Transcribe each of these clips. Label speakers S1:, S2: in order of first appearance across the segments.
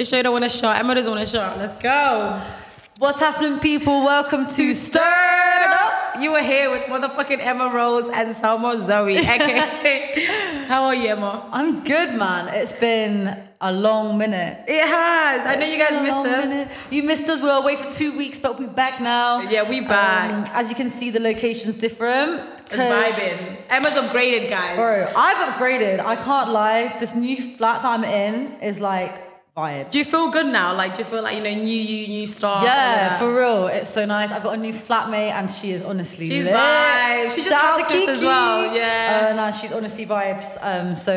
S1: Shada want a shot. Emma doesn't want a shot. Let's go.
S2: What's happening, people? Welcome to Stir It Up.
S1: You are here with motherfucking Emma Rose and Salma Zoe. Okay. How are you, Emma?
S2: I'm good, man. It's been a long minute.
S1: It has. I know
S2: It's
S1: you guys
S2: been a
S1: missed
S2: long
S1: us.
S2: minute. You missed us. We were away for two weeks, but we're back now.
S1: Yeah, we back.
S2: Um, as you can see, the location's different.
S1: It's vibing. Emma's upgraded, guys.
S2: Bro, I've upgraded. I can't lie. This new flat that I'm in is like vibe.
S1: Do you feel good now? Like, do you feel like, you know, new you, new start?
S2: Yeah, for real. It's so nice. I've got a new flatmate and she is honestly
S1: She's
S2: lit.
S1: vibe. She just
S2: Shout out
S1: helped
S2: to
S1: us as
S2: Kiki.
S1: well, yeah.
S2: Uh, nah, she's honestly vibes. Um, so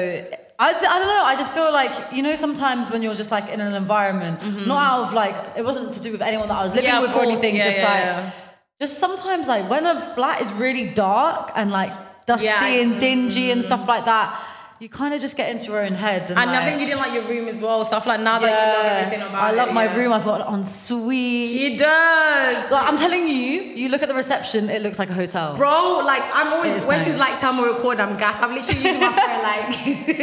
S2: I, ju- I don't know. I just feel like, you know, sometimes when you're just like in an environment, not out of like, it wasn't to do with anyone that I was living
S1: Mm-hmm. Yeah, of
S2: with or
S1: course.
S2: anything,
S1: Yeah,
S2: just
S1: yeah,
S2: like,
S1: yeah.
S2: just sometimes like when a flat is really dark and like dusty
S1: Yeah, I- Mm-hmm.
S2: and dingy and stuff like that, you kind of just get into your own head. And,
S1: And
S2: like,
S1: I think you didn't like your room as well. So I feel like now that you love everything about
S2: I
S1: it,
S2: love my
S1: yeah.
S2: room. I've got an ensuite.
S1: She does.
S2: Like, I'm telling you, you look at the reception, it looks like a hotel.
S1: Bro, like I'm
S2: It
S1: always
S2: is
S1: when
S2: pain.
S1: she's like summer record, I'm gassed. I'm literally using my phone like
S2: it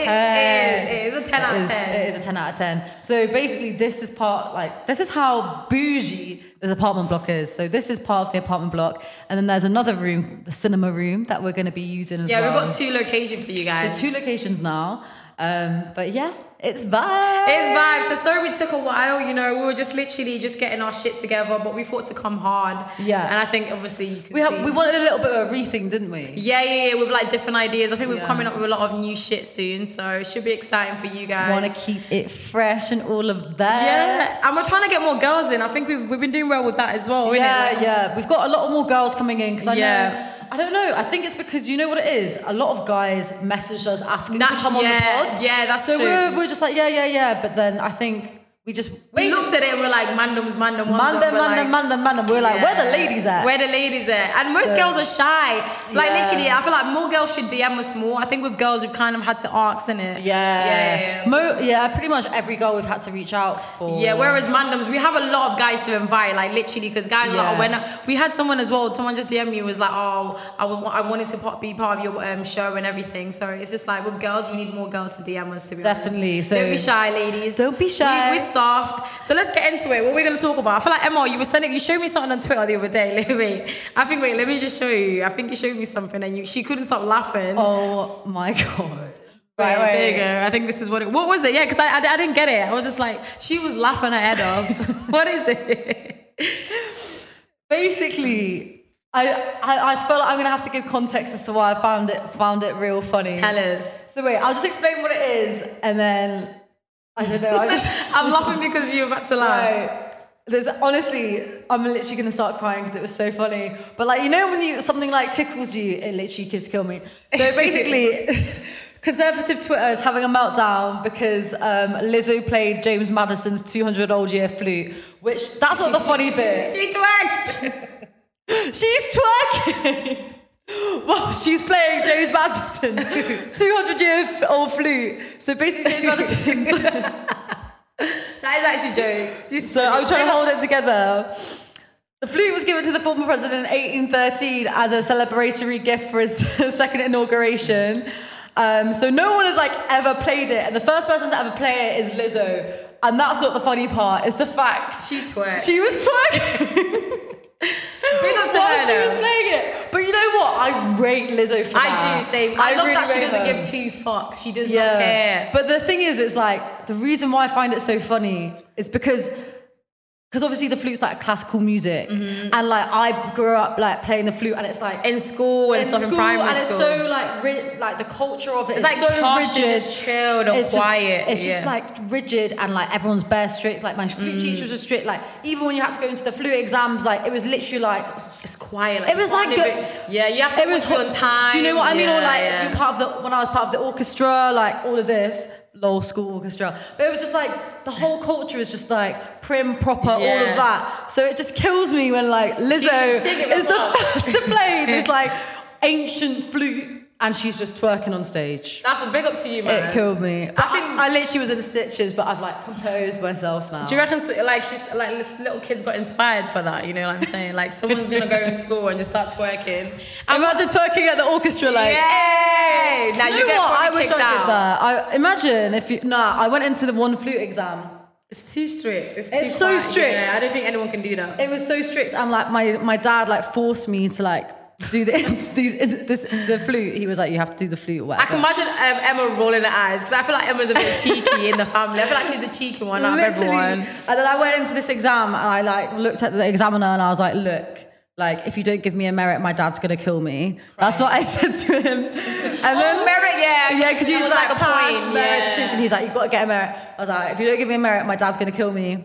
S2: is. pain.
S1: it is. It is a 10 out of
S2: is-
S1: 10.
S2: It is a 10 out of 10. So basically, this is part, like, this is how bougie this apartment block is. So this is part of the apartment block. And then there's another room, the cinema room, that we're going to be using as
S1: Yeah,
S2: well.
S1: we've got two locations for you guys.
S2: two locations now. Um, but yeah, it's vibes.
S1: It's vibes. So sorry we took a while, you know, we were just literally just getting our shit together, but we thought to come hard.
S2: Yeah.
S1: And I think obviously you can
S2: We,
S1: see-
S2: have, we wanted a little bit of a rethink, didn't we?
S1: yeah, yeah, yeah, with like different ideas. I think we're
S2: Yeah.
S1: coming up with a lot of new shit soon, so it should be exciting for you guys.
S2: Want to keep it fresh and all of that.
S1: yeah, and we're trying to get more girls in. I think we've, we've been doing well with that as well. innit?
S2: Yeah,
S1: Like,
S2: yeah. We've got a lot more girls coming in because I
S1: Yeah.
S2: know. I don't know. I think it's because you know what it is. A lot of guys messaged us asking
S1: Natu-
S2: to come on
S1: yeah,
S2: the pod.
S1: yeah, that's
S2: so
S1: true.
S2: We're, we're just like yeah, yeah, yeah. But then I think we just
S1: We
S2: we
S1: looked at it and we're like, mandem's mandem. one's up,"
S2: Mandem,
S1: we're like,
S2: mandem, mandem, mandem. We're like, where the
S1: Yeah.
S2: ladies at?
S1: Where the ladies at? And most
S2: So-
S1: girls are shy. Like
S2: Yeah.
S1: literally, I feel like more girls should DM us more. I think with girls, we've kind of had to ask, innit?
S2: yeah,
S1: yeah, yeah. yeah.
S2: Mo- yeah. Pretty much every girl we've had to reach out for.
S1: Yeah, whereas mandems, we have a lot of guys to invite, like literally, because guys are like, oh,
S2: Yeah.
S1: when we had someone as well, someone just DM me was like, oh, I, would, wa- I wanted to part- be part of your um, show and everything. So it's just like with girls, we need more girls to DM us to be honest.
S2: Definitely, so-
S1: don't be shy, ladies.
S2: Don't be shy.
S1: We, we're soft. So let's get into it. What we're gonna talk about? I feel like Emma, you were sending, you showed me something on Twitter the other day. wait, I think wait, let me just show you. I think you showed me something, and you she couldn't stop laughing.
S2: Oh my god.
S1: Right, there you go. I think this is what it. What was it? Yeah, because I, I I didn't get it. I was just like, she was laughing her head off. what is it?
S2: Basically, I, I I feel like I'm gonna have to give context as to why I found it found it real funny.
S1: Tell us.
S2: So wait, I'll just explain what it is, and then I don't know. I just
S1: I'm laughing because you're about to laugh.
S2: right. There's honestly, I'm literally gonna start crying because it was so funny. But like you know when you something like tickles you, it literally just kill me. So basically, conservative Twitter is having a meltdown because um, Lizzo played James Madison's 200 old year flute, which that's not the funny bit.
S1: She twerked.
S2: She's twerking. Well, she's playing James Madison's 200 year old flute. So basically, James Madison's
S1: That is actually jokes. Just-
S2: So I'm trying to hold it together. The flute was given to the former president in 1813 as a celebratory gift for his second inauguration. Um, so no one has like ever played it, and the first person to ever play it is Lizzo. And that's not the funny part; it's the fact
S1: She twerked.
S2: she was twerking
S1: Big up to
S2: while
S1: her.
S2: she
S1: though.
S2: was playing it. But you know what? I rate Lizzo for that.
S1: I do say. I, love
S2: really
S1: that she
S2: rate
S1: doesn't
S2: her.
S1: give two fucks. She does not care.
S2: But the thing is, it's like the reason why I find it so funny is because because obviously the flute's like classical music, and like I grew up like playing the flute, and it's like
S1: Mm-hmm. In school and stuff in primary
S2: and
S1: school.
S2: it's so like ri- like the culture of it
S1: It's
S2: is
S1: like
S2: so
S1: posh and
S2: rigid.
S1: just chilled and
S2: it's
S1: quiet,
S2: Just, it's
S1: yeah.
S2: just
S1: Mm.
S2: like rigid and like everyone's bare strict. Like my flute teachers were strict. Like even when you had to go into the flute exams, like it was literally like
S1: it's quiet. Like,
S2: It was
S1: you
S2: like
S1: can't
S2: a-
S1: even- yeah, you have to be on time.
S2: Do you know what I mean?
S1: Yeah,
S2: or like
S1: yeah.
S2: you're part of the when I was part of the orchestra, like all of this. Low school orchestra, but it was just like the whole culture is just like prim, proper, all
S1: Yeah.
S2: of that. So it just kills me when like Lizzo
S1: She- she can
S2: is the
S1: rip off.
S2: first to play this like ancient flute and she's just twerking on stage.
S1: That's a big up to you, man.
S2: It killed me. I
S1: think-
S2: think I literally was in stitches, but I've like composed myself now.
S1: Do you reckon so- like she's like this little kids got inspired for that? You know what I'm saying? Like someone's gonna go in school and just start twerking. And
S2: Imagine twerking at the orchestra, like.
S1: yay! Now
S2: You
S1: you
S2: know
S1: get
S2: what? I
S1: probably
S2: wish I
S1: kicked
S2: did
S1: out.
S2: that. I imagine if you. Nah, I went into the one flute exam.
S1: It's too strict. It's, too
S2: It's so
S1: quiet.
S2: strict.
S1: Yeah, I don't think anyone can do that.
S2: It was so strict. I'm like my my dad like forced me to like do the these this the flute. He was like, you have to do the flute. or
S1: I
S2: Whatever.
S1: can imagine um, Emma rolling her eyes because I feel like Emma's a bit cheeky in the family. I feel like she's the cheeky one out of
S2: Literally.
S1: everyone.
S2: And then I went into this exam and I like looked at the examiner and I was like, look, like if you don't give me a merit, my dad's gonna kill me. That's what I said to him. And
S1: Oh, merit, yeah.
S2: Yeah, because he
S1: It
S2: was
S1: was
S2: like,
S1: like a
S2: "Pass
S1: point,
S2: merit
S1: yeah.
S2: distinction. He's like, you've got to get a merit. I was like, if you don't give me a merit, my dad's gonna kill me.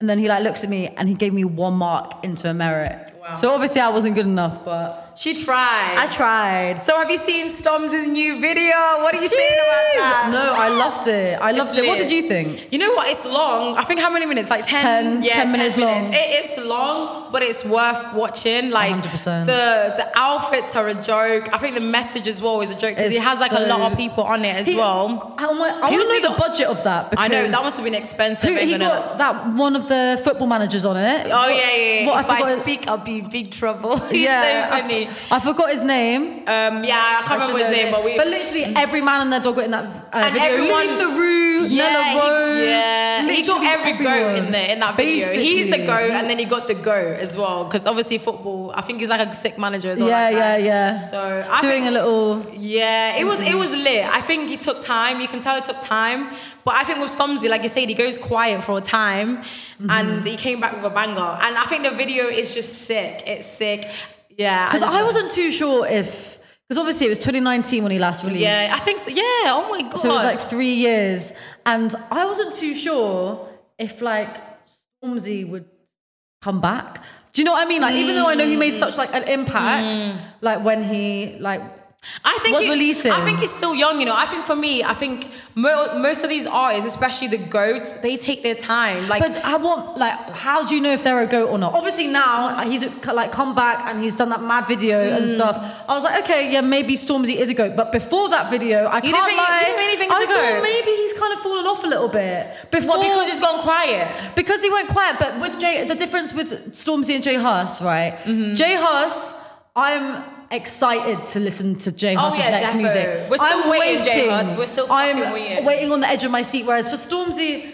S2: And then he like looks at me and he gave me one mark into a merit.
S1: Wow.
S2: So obviously I wasn't good enough, but
S1: She tried.
S2: I tried.
S1: so have you seen Storms' new video? What are you saying about that?
S2: No, I loved it. I loved it. What
S1: lit.
S2: did you think?
S1: You know what? It's long. I think how many minutes? Like 10,
S2: 10
S1: yeah,
S2: 10 minutes long.
S1: It is long, but it's worth watching. Like
S2: 100%.
S1: the the outfits are a joke. I think the message as well is a joke because
S2: It's
S1: he has like a lot of
S2: so-
S1: people on it as
S2: He-
S1: well.
S2: I want I
S1: Who's
S2: want to
S1: he
S2: know the
S1: got?
S2: budget of that. Because
S1: I know that must have been expensive.
S2: Who,
S1: ain't
S2: he
S1: gonna-
S2: got that one of the football managers on it.
S1: oh yeah, yeah. yeah.
S2: What
S1: if
S2: I
S1: I,
S2: forgot.
S1: speak, I'll be in big trouble. He's
S2: yeah,
S1: so
S2: I-
S1: funny.
S2: I, forgot his name.
S1: um, yeah, I can't
S2: I should
S1: remember his
S2: know
S1: name,
S2: it.
S1: but we.
S2: literally every man and their dog were in that uh,
S1: And
S2: video.
S1: everyone-
S2: Leave the room.
S1: yeah,
S2: Nella Rose.
S1: he, yeah. he got
S2: literally
S1: every
S2: everyone.
S1: goat in there in that
S2: Basically.
S1: video. He's the goat, and then he got the goat as well. Because obviously football, I think he's like a sick manager as well.
S2: Yeah,
S1: like
S2: yeah,
S1: that.
S2: yeah.
S1: So I
S2: doing
S1: think,
S2: a little.
S1: yeah, it was it was lit. I think he took time. You can tell it took time. But I think with Stormzy, like you said, he goes quiet for a time,
S2: Mm-hmm.
S1: and he came back with a banger. And I think the video is just sick. It's sick. Yeah,
S2: Because
S1: just-
S2: I wasn't too sure if because obviously it was 2019 when he last released.
S1: Yeah, I think so. Yeah. Oh my god.
S2: So it was like three years, and I wasn't too sure if like Stormzy would come back. Do you know what I mean? Like, even though I know he
S1: Mm.
S2: made such like an impact, like when he like
S1: I think
S2: was
S1: he-
S2: releasing.
S1: I think he's still young, you know. I think for me, I think mo- most of these artists, especially the goats, they take their time. Like,
S2: But I want like, how do you know if they're a goat or not? Obviously now uh, he's like come back and he's done that mad video and
S1: Mm.
S2: stuff. I was like, okay, yeah, maybe Stormzy is a goat. But before that video, I
S1: You didn't
S2: can't
S1: think- you
S2: lie.
S1: didn't really think he's
S2: I
S1: a goat?
S2: thought maybe he's kind of fallen off a little bit. Before
S1: what? Because he's gone quiet.
S2: Because he went quiet, but with Jay, the difference with Stormzy and Jay Huss, right?
S1: Mm-hmm.
S2: Jay Huss, I'm excited to listen to Jay
S1: Oh,
S2: Huss's
S1: yeah,
S2: next
S1: defo.
S2: music.
S1: We're still
S2: I'm
S1: waiting, Jay Huss. We're still fucking
S2: I'm
S1: waiting.
S2: on the edge of my seat. Whereas for Stormzy,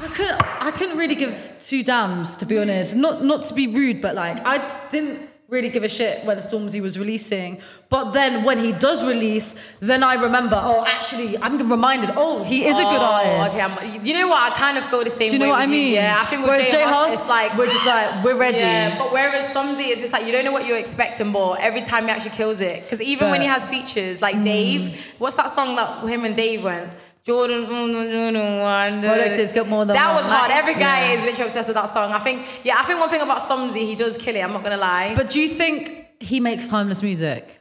S2: I couldn't, I couldn't really give two dams to be honest. Not, not to be rude, but like I didn't really give a shit when Stormzy was releasing. But then when he does release, then I remember. Oh, actually, I'm reminded. Oh, he is a good artist.
S1: Oh, okay. I'm, you know what? I kind of feel the same.
S2: Do you know
S1: way
S2: what I
S1: with
S2: mean?
S1: Yeah, I think with
S2: Whereas
S1: Jay Huss,
S2: Huss,
S1: it's like
S2: we're just like we're ready.
S1: Yeah, but whereas Stormzy, it's just like you don't know what you're expecting, but every time he actually kills it. Because even when
S2: But-
S1: he has features, like Dave, what's that song that him and Dave went? Jordan, mm, mm, mm, mm, mm,
S2: Rolex has got more than
S1: That
S2: one.
S1: was hard.
S2: Like,
S1: Every guy
S2: yeah.
S1: is literally obsessed with that song. I think, yeah, I think one thing about Stormzy, he does kill it. I'm not gonna lie.
S2: But do you think he makes timeless music?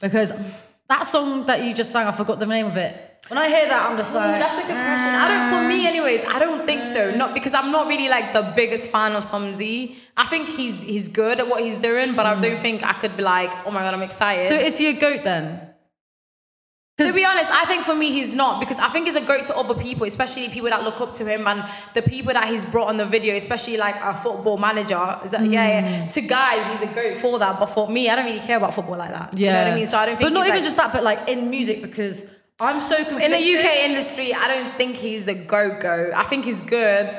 S2: Because that song that you just sang, I forgot the name of it. When I hear that, I'm just
S1: Ooh,
S2: like,
S1: that's a good question. I don't. For me, anyways, I don't think so. Not because I'm not really like the biggest fan of Stormzy. I think he's he's good at what he's doing, but I don't think I could be like, oh my god, I'm excited.
S2: so is he a goat then?
S1: To be honest, I think for me he's not because I think he's a goat to other people, especially people that look up to him and the people that he's brought on the video, especially like a football manager. Is that, yeah, yeah.
S2: Mm.
S1: To guys, he's a goat for that, but for me, I don't really care about football like that. Do you know what I mean? So I don't think.
S2: But not
S1: he's,
S2: even
S1: like-
S2: just that, but like in music because I'm so conflicted.
S1: in the UK industry. I don't think he's a go go. I think he's good.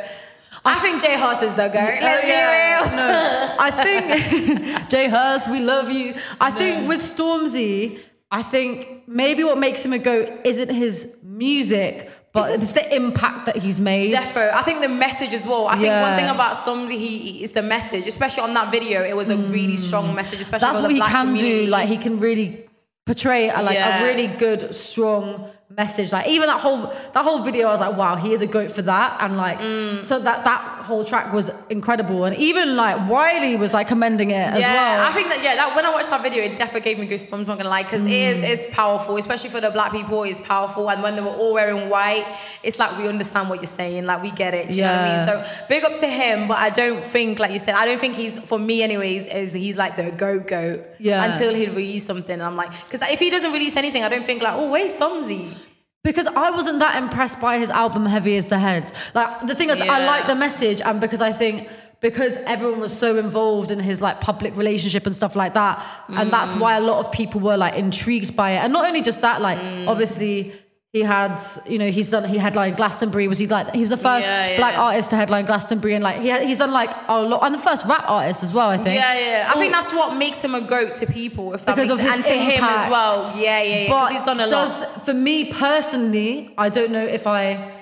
S1: I think Jay Huss is the go. Let's
S2: Oh, yeah.
S1: be real.
S2: No, I think Jay Hurst, we love you. I think with Stormzy, I think maybe what makes him a goat isn't his music, but
S1: It's
S2: it's,
S1: his-
S2: the impact that he's made.
S1: Defo. I think the message as well. I think one
S2: Yeah.
S1: thing about Stormzy, he he- is the message, especially on that video. It was a really strong message, especially
S2: Mm. That's
S1: for
S2: what
S1: the
S2: he
S1: black
S2: can
S1: community.
S2: do. Like he can really portray a, like
S1: Yeah.
S2: a really good, strong
S1: Mm.
S2: message. Like even that whole that whole video, I was like, wow, he is a goat for that. And like so that that whole track was incredible, and even like Wiley was like commending it as
S1: yeah,
S2: well.
S1: I think that yeah, that when I watched that video, it definitely gave me goosebumps. Not gonna lie, because it
S2: Mm.
S1: is it's powerful, especially for the black people. It's powerful, and when they were all wearing white, it's like we understand what you're saying, like we get it. Do you
S2: Yeah.
S1: know what I mean? So big up to him, but I don't think, like you said, I don't think he's for me, anyways. Is he's like the goat goat?
S2: Yeah.
S1: Until he release something, I'm like, because if he doesn't release anything, I don't think like, oh, where's Stormzy?
S2: because I wasn't that impressed by his album Heavy is the Head. Like the thing is, I
S1: Yeah.
S2: like the message, and because I think because everyone was so involved in his like public relationship and stuff like that,
S1: Mm.
S2: and that's why a lot of people were like intrigued by it. And not only just that, like
S1: Mm.
S2: obviously. He had, you know, he's done. He headlined Glastonbury. Was he like? He was the first
S1: Yeah, yeah.
S2: black artist to headline Glastonbury, and like he had, he's done like a lot, and the first rap artist as well. I think.
S1: Yeah, yeah. I
S2: Oh.
S1: think that's what makes him a goat to people, if that
S2: because of
S1: makes
S2: his
S1: sense. and to him as
S2: impact.
S1: well. Yeah, yeah, yeah. Because
S2: But
S1: he's done a lot.
S2: does, lot. For me personally, I don't know if I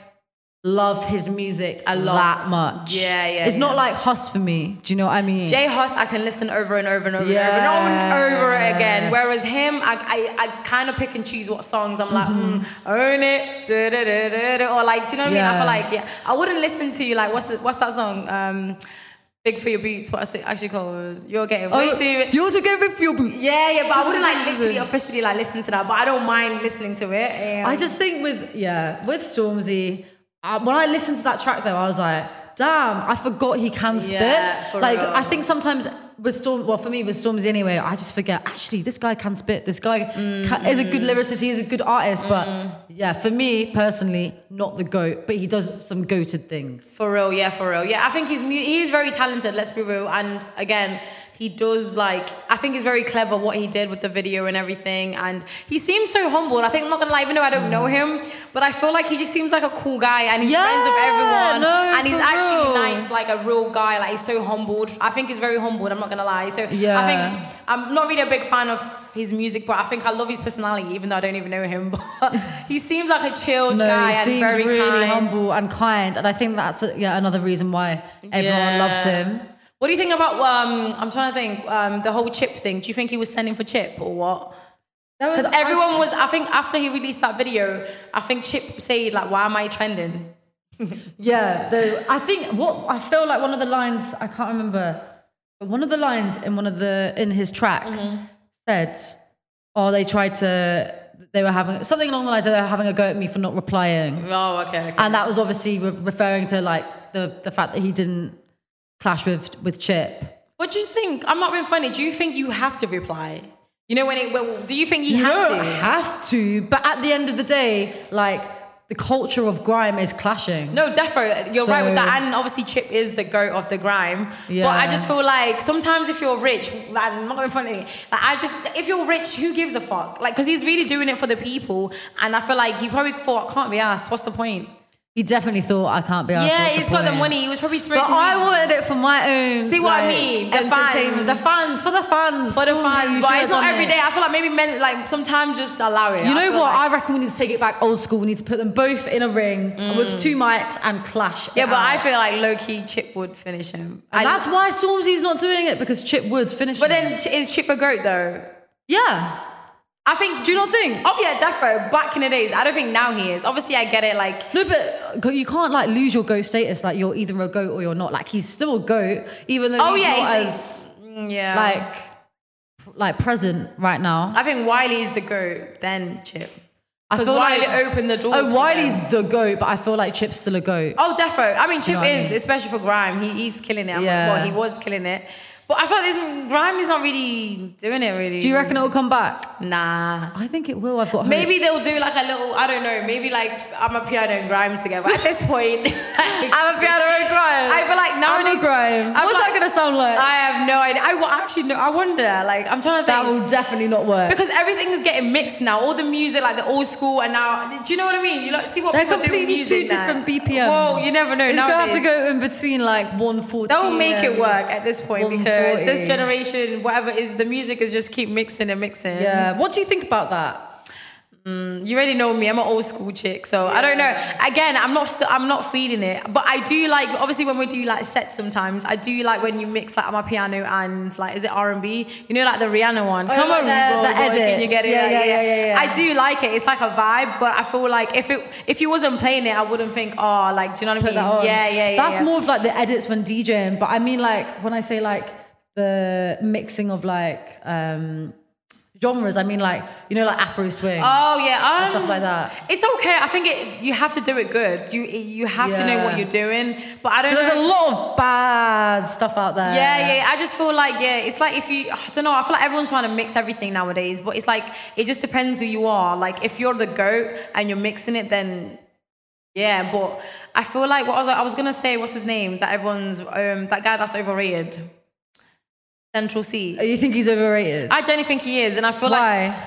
S2: love his music a lot that much.
S1: Yeah, yeah,
S2: It's not
S1: yeah.
S2: like Huss for me. Do you know what I mean?
S1: Jay Huss, I can listen over and over and over and over and over again.
S2: Yes.
S1: Whereas him, I, I, I kind of pick and choose what songs I'm like,
S2: Mm-hmm.
S1: mm, own it, da, da, da, da, da, or like, do you know what I mean? I feel
S2: Yeah.
S1: like, yeah, I wouldn't listen to you. Like, what's the, what's that song? Um, Big for your boots. What's it actually called? You're getting
S2: Oh.
S1: way too.
S2: you also gave me feel boots.
S1: Yeah, yeah, but I wouldn't like literally officially like listen to that. But I don't mind listening to it. Um,
S2: I just think with yeah with Stormzy, uh, when I listened to that track though, I was like, damn, I forgot he can spit.
S1: Yeah, for
S2: like
S1: real.
S2: I think sometimes with Storm, well for me with Stormzy anyway, I just forget actually this guy can spit. This guy ca is a good
S1: Mm.
S2: lyricist. He is a good artist, but yeah, for me personally, not the goat, but he does some goated things.
S1: For real, yeah, for real, yeah. I think he's mu- he is very talented. Let's be real, and again, he does like I think he's very clever what he did with the video and everything, and he seems so humbled. I think I'm not gonna lie, even though I don't know him, but I feel like he just seems like a cool guy, and he's
S2: Mm. Yeah,
S1: friends with everyone,
S2: no,
S1: and he's
S2: for
S1: actually
S2: real.
S1: nice, like a real guy. Like he's so humbled. I think he's very humbled. I'm not gonna lie. So
S2: Yeah.
S1: I think I'm not really a big fan of his music, but I think I love his personality, even though I don't even know him. But he seems like a chilled
S2: No,
S1: guy
S2: he
S1: and
S2: seems
S1: very
S2: really
S1: kind.
S2: humble and kind, and I think that's uh, yeah another reason why everyone
S1: Yeah.
S2: loves him.
S1: What do you think about um I'm trying to think um the whole chip thing. Do you think he was sending for chip or what?
S2: There was-
S1: Cuz everyone was I think after he released that video, I think chip said like why am I trending?
S2: Yeah, though I think what I feel like one of the lines I can't remember, but one of the lines in one of the in his track said, "Oh, they tried to, they were having something along the lines of they were having a go at me for not replying,"
S1: Oh, okay. okay.
S2: and that was obviously re- referring to like the the fact that he didn't clash with with Chip.
S1: What do you think? I'm not being funny. Do you think you have to reply? You know when it well, do you think he
S2: You
S1: had
S2: don't
S1: to?
S2: have to, but at the end of the day, like the culture of grime is clashing.
S1: No, defo, you're right with
S2: So-
S1: that. And obviously, Chip is the goat of the grime. But I
S2: Yeah.
S1: just feel like sometimes if you're rich, like, I'm not going funny. Like I just, if you're rich, who gives a fuck? Like, because he's really doing it for the people. And I feel like he probably thought, can't be asked. What's the point?
S2: He definitely thought I can't be. arsed,
S1: yeah,
S2: what's
S1: he's got the
S2: point?"
S1: money. He was probably
S2: But
S1: smoking.
S2: I
S1: weed.
S2: wanted it for my own.
S1: See what I
S2: like,
S1: mean? The
S2: entertainment.
S1: fans.
S2: the fans, for the fans,
S1: for the
S2: Stormzy,
S1: fans,
S2: you
S1: but
S2: should've
S1: it's not
S2: done
S1: every
S2: it.
S1: day. I feel like maybe men, like sometimes just allow it.
S2: You know
S1: feel
S2: what?
S1: like-
S2: I reckon we need to take it back old school. We need to put them both in a ring with two mics and clash.
S1: yeah,
S2: it
S1: but I
S2: out.
S1: feel like low key Chip would finish him. I-
S2: And that's why Stormzy's not doing it because Chip would finish.
S1: but
S2: him.
S1: then Ch- is Chip a goat though?
S2: yeah,
S1: I think. Do you not think? Oh yeah, defo. Back in the days, I don't think now he is. Obviously, I get it. Like
S2: no, but go- you can't like lose your goat status. Like you're either a goat or you're not. Like he's still a goat, even though
S1: Oh,
S2: he's
S1: yeah,
S2: not
S1: he's-
S2: as
S1: Mm, Yeah.
S2: like pr- like present right now.
S1: I think Wiley is the goat, then Chip.
S2: I
S1: Because
S2: feel
S1: Wiley
S2: like-
S1: opened the doors. for
S2: Oh,
S1: them.
S2: Wiley's the goat, but I feel like Chip's still a goat.
S1: Oh, defo. I mean, Chip
S2: know what I
S1: is,
S2: mean?
S1: especially for Grime. He, he's killing it. I'm
S2: Yeah.
S1: like, well, he was killing it. But I felt this Grime is not really doing it, really.
S2: Do you reckon it'll come back?
S1: Nah.
S2: I think it will. I've got hope.
S1: Maybe they'll do like a little, I don't know, maybe like I'm a piano and Grimes together. At this point,
S2: I'm a piano and grime.
S1: I feel like
S2: I'm
S1: nowadays.
S2: a grime.
S1: I feel
S2: What's that
S1: like-
S2: gonna sound like?
S1: I have no idea. I wa- actually no. I wonder. Like I'm trying to
S2: that
S1: think.
S2: will definitely not work.
S1: because everything's getting mixed now. All the music, like the old school, and now, do you know what I mean? You like see what
S2: they're
S1: people do with
S2: completely
S1: music
S2: two
S1: now.
S2: different BPM.
S1: Whoa, you never know.
S2: It's gonna have to
S1: nowadays.
S2: go in between like 140.
S1: That will make it
S2: and
S1: work at this point because
S2: 140.
S1: this generation, whatever is the music, is just keep mixing and mixing.
S2: Yeah. What do you think about that?
S1: You already know me. I'm an old school chick, so I don't know. Again, I'm not. St- I'm not feeling it, but I do like. Obviously, when we do like sets, sometimes I do like when you mix like my piano and like is it R and B? You know, like the Rihanna one.
S2: Oh,
S1: Come
S2: like
S1: on,
S2: the-
S1: boy,
S2: the
S1: boy, can
S2: edits.
S1: you get it?
S2: Yeah,
S1: Like,
S2: yeah, yeah, yeah, yeah.
S1: I do like it. It's like a vibe, but I feel like if it if you wasn't playing it, I wouldn't think. Oh, like do you know what I
S2: put
S1: mean?
S2: that on.
S1: Yeah, yeah, yeah.
S2: That's
S1: yeah.
S2: more of like the edits when DJing, but I mean like when I say like the mixing of like um genres, I mean like you know like Afro swing
S1: Oh yeah, um,
S2: and stuff like that.
S1: It's okay. I think it. You have to do it good. You you have to know what
S2: Yeah.
S1: you're doing. But I don't.
S2: There's
S1: know.
S2: a lot of bad stuff out there.
S1: Yeah, yeah. I just feel like yeah, it's like if you I don't know. I feel like everyone's trying to mix everything nowadays, but it's like it just depends who you are. Like if you're the goat and you're mixing it, then yeah. But I feel like what I was I was gonna say. What's his name? That everyone's um that guy that's overrated. Central C.
S2: You think he's overrated?
S1: I genuinely think he is, and I feel like
S2: Why?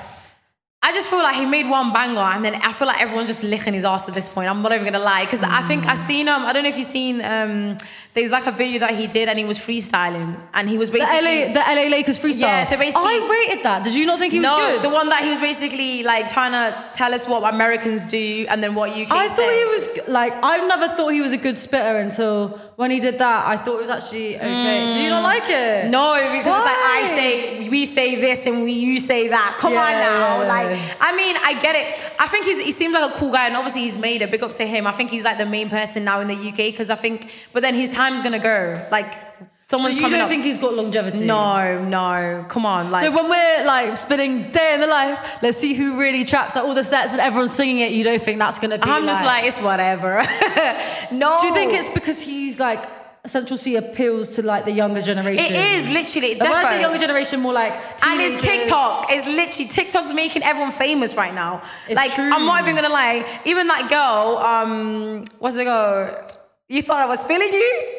S1: I just feel like he made one banger, and then I feel like everyone's just licking his ass at this point. I'm not even gonna lie, because I think I seen um I don't know if you've seen um there's like a video that he did, and he was freestyling, and he was
S2: the
S1: basically
S2: LA, the LA Lakers freestyle.
S1: Yeah, so basically-
S2: I rated that. Did you not think he was
S1: no,
S2: good?
S1: the one that he was basically like trying to tell us what Americans do and then what UK.
S2: I
S1: say.
S2: thought he was g- like I never thought he was a good spitter until when he did that. I thought it was actually okay. Do you not like it?
S1: Mm. No, because it's like I
S2: Why?
S1: say we say this and we you say that. Come on
S2: Yeah.
S1: now, like I mean, I get it. I think he's, he seems like a cool guy, and obviously he's made a big up to him. I think he's like the main person now in the UK because I think, but then his time's gonna go. Like
S2: So
S1: someone's
S2: you
S1: coming
S2: don't
S1: up.
S2: think he's got longevity?
S1: no, no, come on, like
S2: So when we're like spinning day in the life, let's see who really traps at all the sets and everyone's singing it. You don't think that's gonna be?
S1: I'm just like it's whatever. no,
S2: do you think it's because he's like Central C appeals to like the younger generation?
S1: it is literally
S2: And when I say
S1: defo.
S2: younger generation, more like
S1: And it's
S2: teenagers.
S1: TikTok. It's literally TikTok's making everyone famous right now.
S2: It's
S1: like
S2: true.
S1: I'm not even gonna lie. Even that girl, um, what's it called? You thought I was feeling you?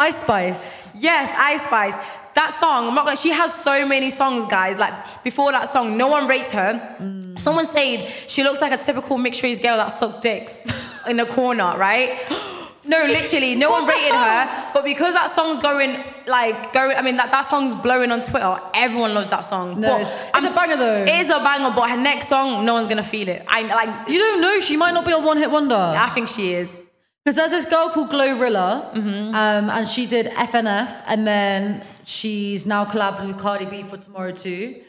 S2: Ice Spice.
S1: Yes, Ice Spice. That song, I'm not gonna, she has so many songs, guys. Like before that song, no one rates her. Someone said she looks like a typical mixed race girl that sucked dicks in the corner, right? No, literally, no one rated her. But because that song's going, like, going, I mean, that, that song's blowing on Twitter. Everyone loves that song.
S2: No,
S1: But
S2: it's- it's a banger though.
S1: It is a banger, but her next song, no one's gonna feel it. I like,
S2: You don't know. She might not be a one-hit wonder.
S1: I think she is.
S2: Because there's this girl called Glorilla,
S1: Mm-hmm.
S2: um, and she did FNF, and then she's now collabed with Cardi B for Tomorrow Too.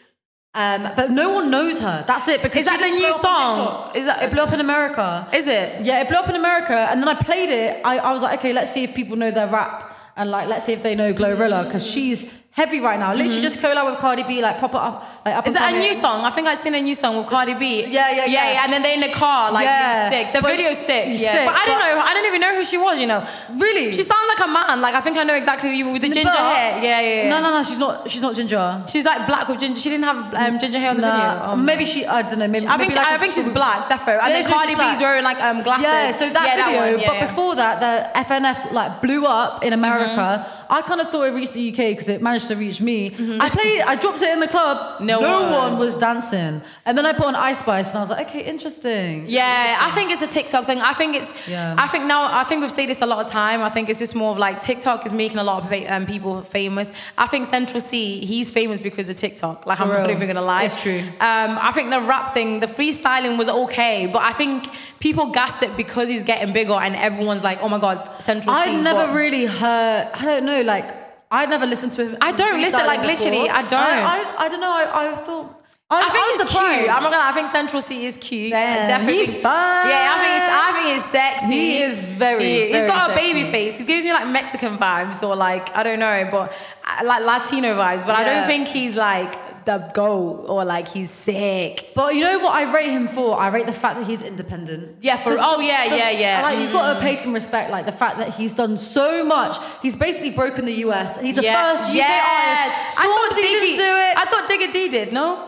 S2: Um, but no one knows her. That's it. Because
S1: Is that
S2: she didn't
S1: the new
S2: blow up
S1: song?
S2: on TikTok.
S1: Is that-
S2: it blew up in America?
S1: Is it?
S2: yeah, it blew up in America, and then I played it. I, I was like, okay, let's see if people know their rap, and like, let's see if they know Glorilla, because she's heavy right now. Literally just collab with Cardi B, like proper up, like up.
S1: Mm-hmm. Is
S2: and
S1: that a
S2: coming.
S1: new song? I think I've seen a new song with Cardi B.
S2: yeah,
S1: yeah,
S2: yeah, yeah.
S1: And then they're in the car, like
S2: Yeah.
S1: sick. The
S2: But
S1: video's
S2: she-
S1: sick.
S2: she's
S1: Yeah,
S2: sick,
S1: but I don't
S2: but-
S1: know. I don't even know who she was. You know,
S2: Really?
S1: she sounds like a man. Like I think I know exactly who you with the ginger
S2: But-
S1: hair. Yeah, yeah. yeah.
S2: No, no, no. She's not. She's not ginger.
S1: She's like black with ginger. She didn't have um, ginger hair on the video.
S2: Nah,
S1: Um,
S2: maybe she. I don't know. Maybe
S1: I think
S2: maybe
S1: she,
S2: like
S1: I
S2: a
S1: think she's
S2: sort of-
S1: black, defo. And
S2: Yeah,
S1: then
S2: she's
S1: Cardi
S2: black.
S1: B's wearing like um glasses.
S2: Yeah, so that
S1: yeah,
S2: video,
S1: that one, yeah,
S2: but
S1: yeah. Mm-hmm.
S2: before that, the FNF like blew up in America. I kind of thought it reached the UK because it managed to reach me. I played, I dropped it in the club.
S1: Mm-hmm. No one.
S2: one. was dancing, and then I put on Ice Spice, and I was like, okay, interesting.
S1: Yeah, I think it's a TikTok thing. I think it's.
S2: Yeah.
S1: I think now. I think we've seen this a lot of time. I think it's just more of like TikTok is making a lot of fa- um, people famous. I think Central C, he's famous because of TikTok. Like I'm
S2: For
S1: not
S2: real.
S1: even gonna lie.
S2: It's true.
S1: Um, I think the rap thing, the freestyling was okay, but I think people gassed it because he's getting bigger and everyone's like, oh my god, Central C.
S2: I never
S1: what?
S2: really heard. I don't know, like I never listened to him.
S1: I don't listen,
S2: freestyling
S1: like, literally,
S2: before.
S1: I don't.
S2: I, I, I don't know. I, I thought. I,
S1: I think
S2: was
S1: it's
S2: surprised.
S1: cute. I'm not gonna. lie, I think Central C is cute.
S2: Damn,
S1: I definitely.
S2: he
S1: think-
S2: fine.
S1: Yeah, I think it's. I think it's sexy.
S2: He is very,
S1: He's
S2: very
S1: got a
S2: sexy.
S1: baby face. He gives me like Mexican vibes or like I don't know, but uh, like Latino vibes. But I don't
S2: Yeah.
S1: think he's like the goat or like he's sick.
S2: But you know what I rate him for? I rate the fact that he's independent.
S1: Yeah, for-
S2: 'Cause
S1: oh, yeah,
S2: the-
S1: yeah, yeah. Mm.
S2: Like you've got to pay some respect, like the fact that he's done so much. He's basically broken the US. He's the
S1: Yeah.
S2: first UK
S1: Yes.
S2: yes. artist.
S1: I thought
S2: Stormzy
S1: Diggy
S2: didn't do it.
S1: I thought Digga D did. No.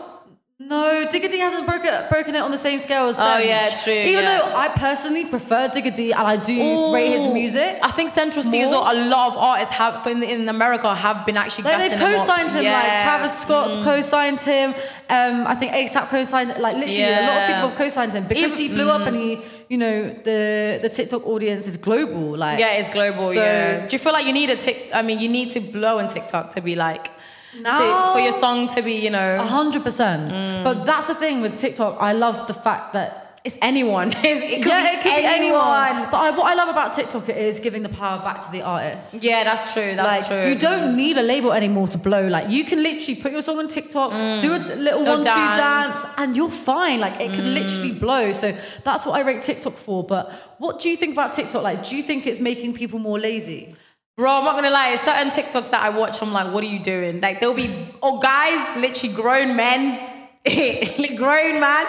S2: no, Digga D hasn't broken it, broken it on the same scale as.
S1: Oh,
S2: Savage.
S1: yeah, true,
S2: Even
S1: yeah.
S2: though I personally prefer Digga D and I do rate his
S1: Ooh.
S2: music.
S1: I think Central C as
S2: More?
S1: well. A lot of artists have in, in America have been actually
S2: Like they
S1: gassing him up.
S2: co-signed him, like
S1: Yeah. Mm.
S2: Travis Scott co-signed him. Um, I think ASAP co-signed, like literally a lot
S1: Yeah.
S2: of people have co-signed him because
S1: Even- Mm-hmm.
S2: he blew up and he, you know, the the TikTok audience is global. Like
S1: Yeah, it's global.
S2: So-
S1: yeah. Do you feel like you need a tick? I mean, you need to blow on TikTok to be like to, for your song to be, you know,
S2: hundred
S1: Mm.
S2: percent. But that's the thing with TikTok. I love the fact that
S1: Oh, it's anyone. It's, it could be
S2: But I, what I love about TikTok is giving the power back to the artist.
S1: Yeah, that's true. That's
S2: like
S1: true.
S2: you don't need a label anymore to blow. Like you can literally put your song on TikTok, do a little
S1: Little
S2: one
S1: dance. Mm.
S2: two dance, and you're fine. Like it could literally blow. So that's what I rate TikTok for. But what do you think about TikTok? Like, do you think it's making people more lazy?
S1: Bro, I'm not gonna lie. Certain TikToks that I watch, I'm like, what are you doing? Like, there'll be oh guys, literally grown men, grown man,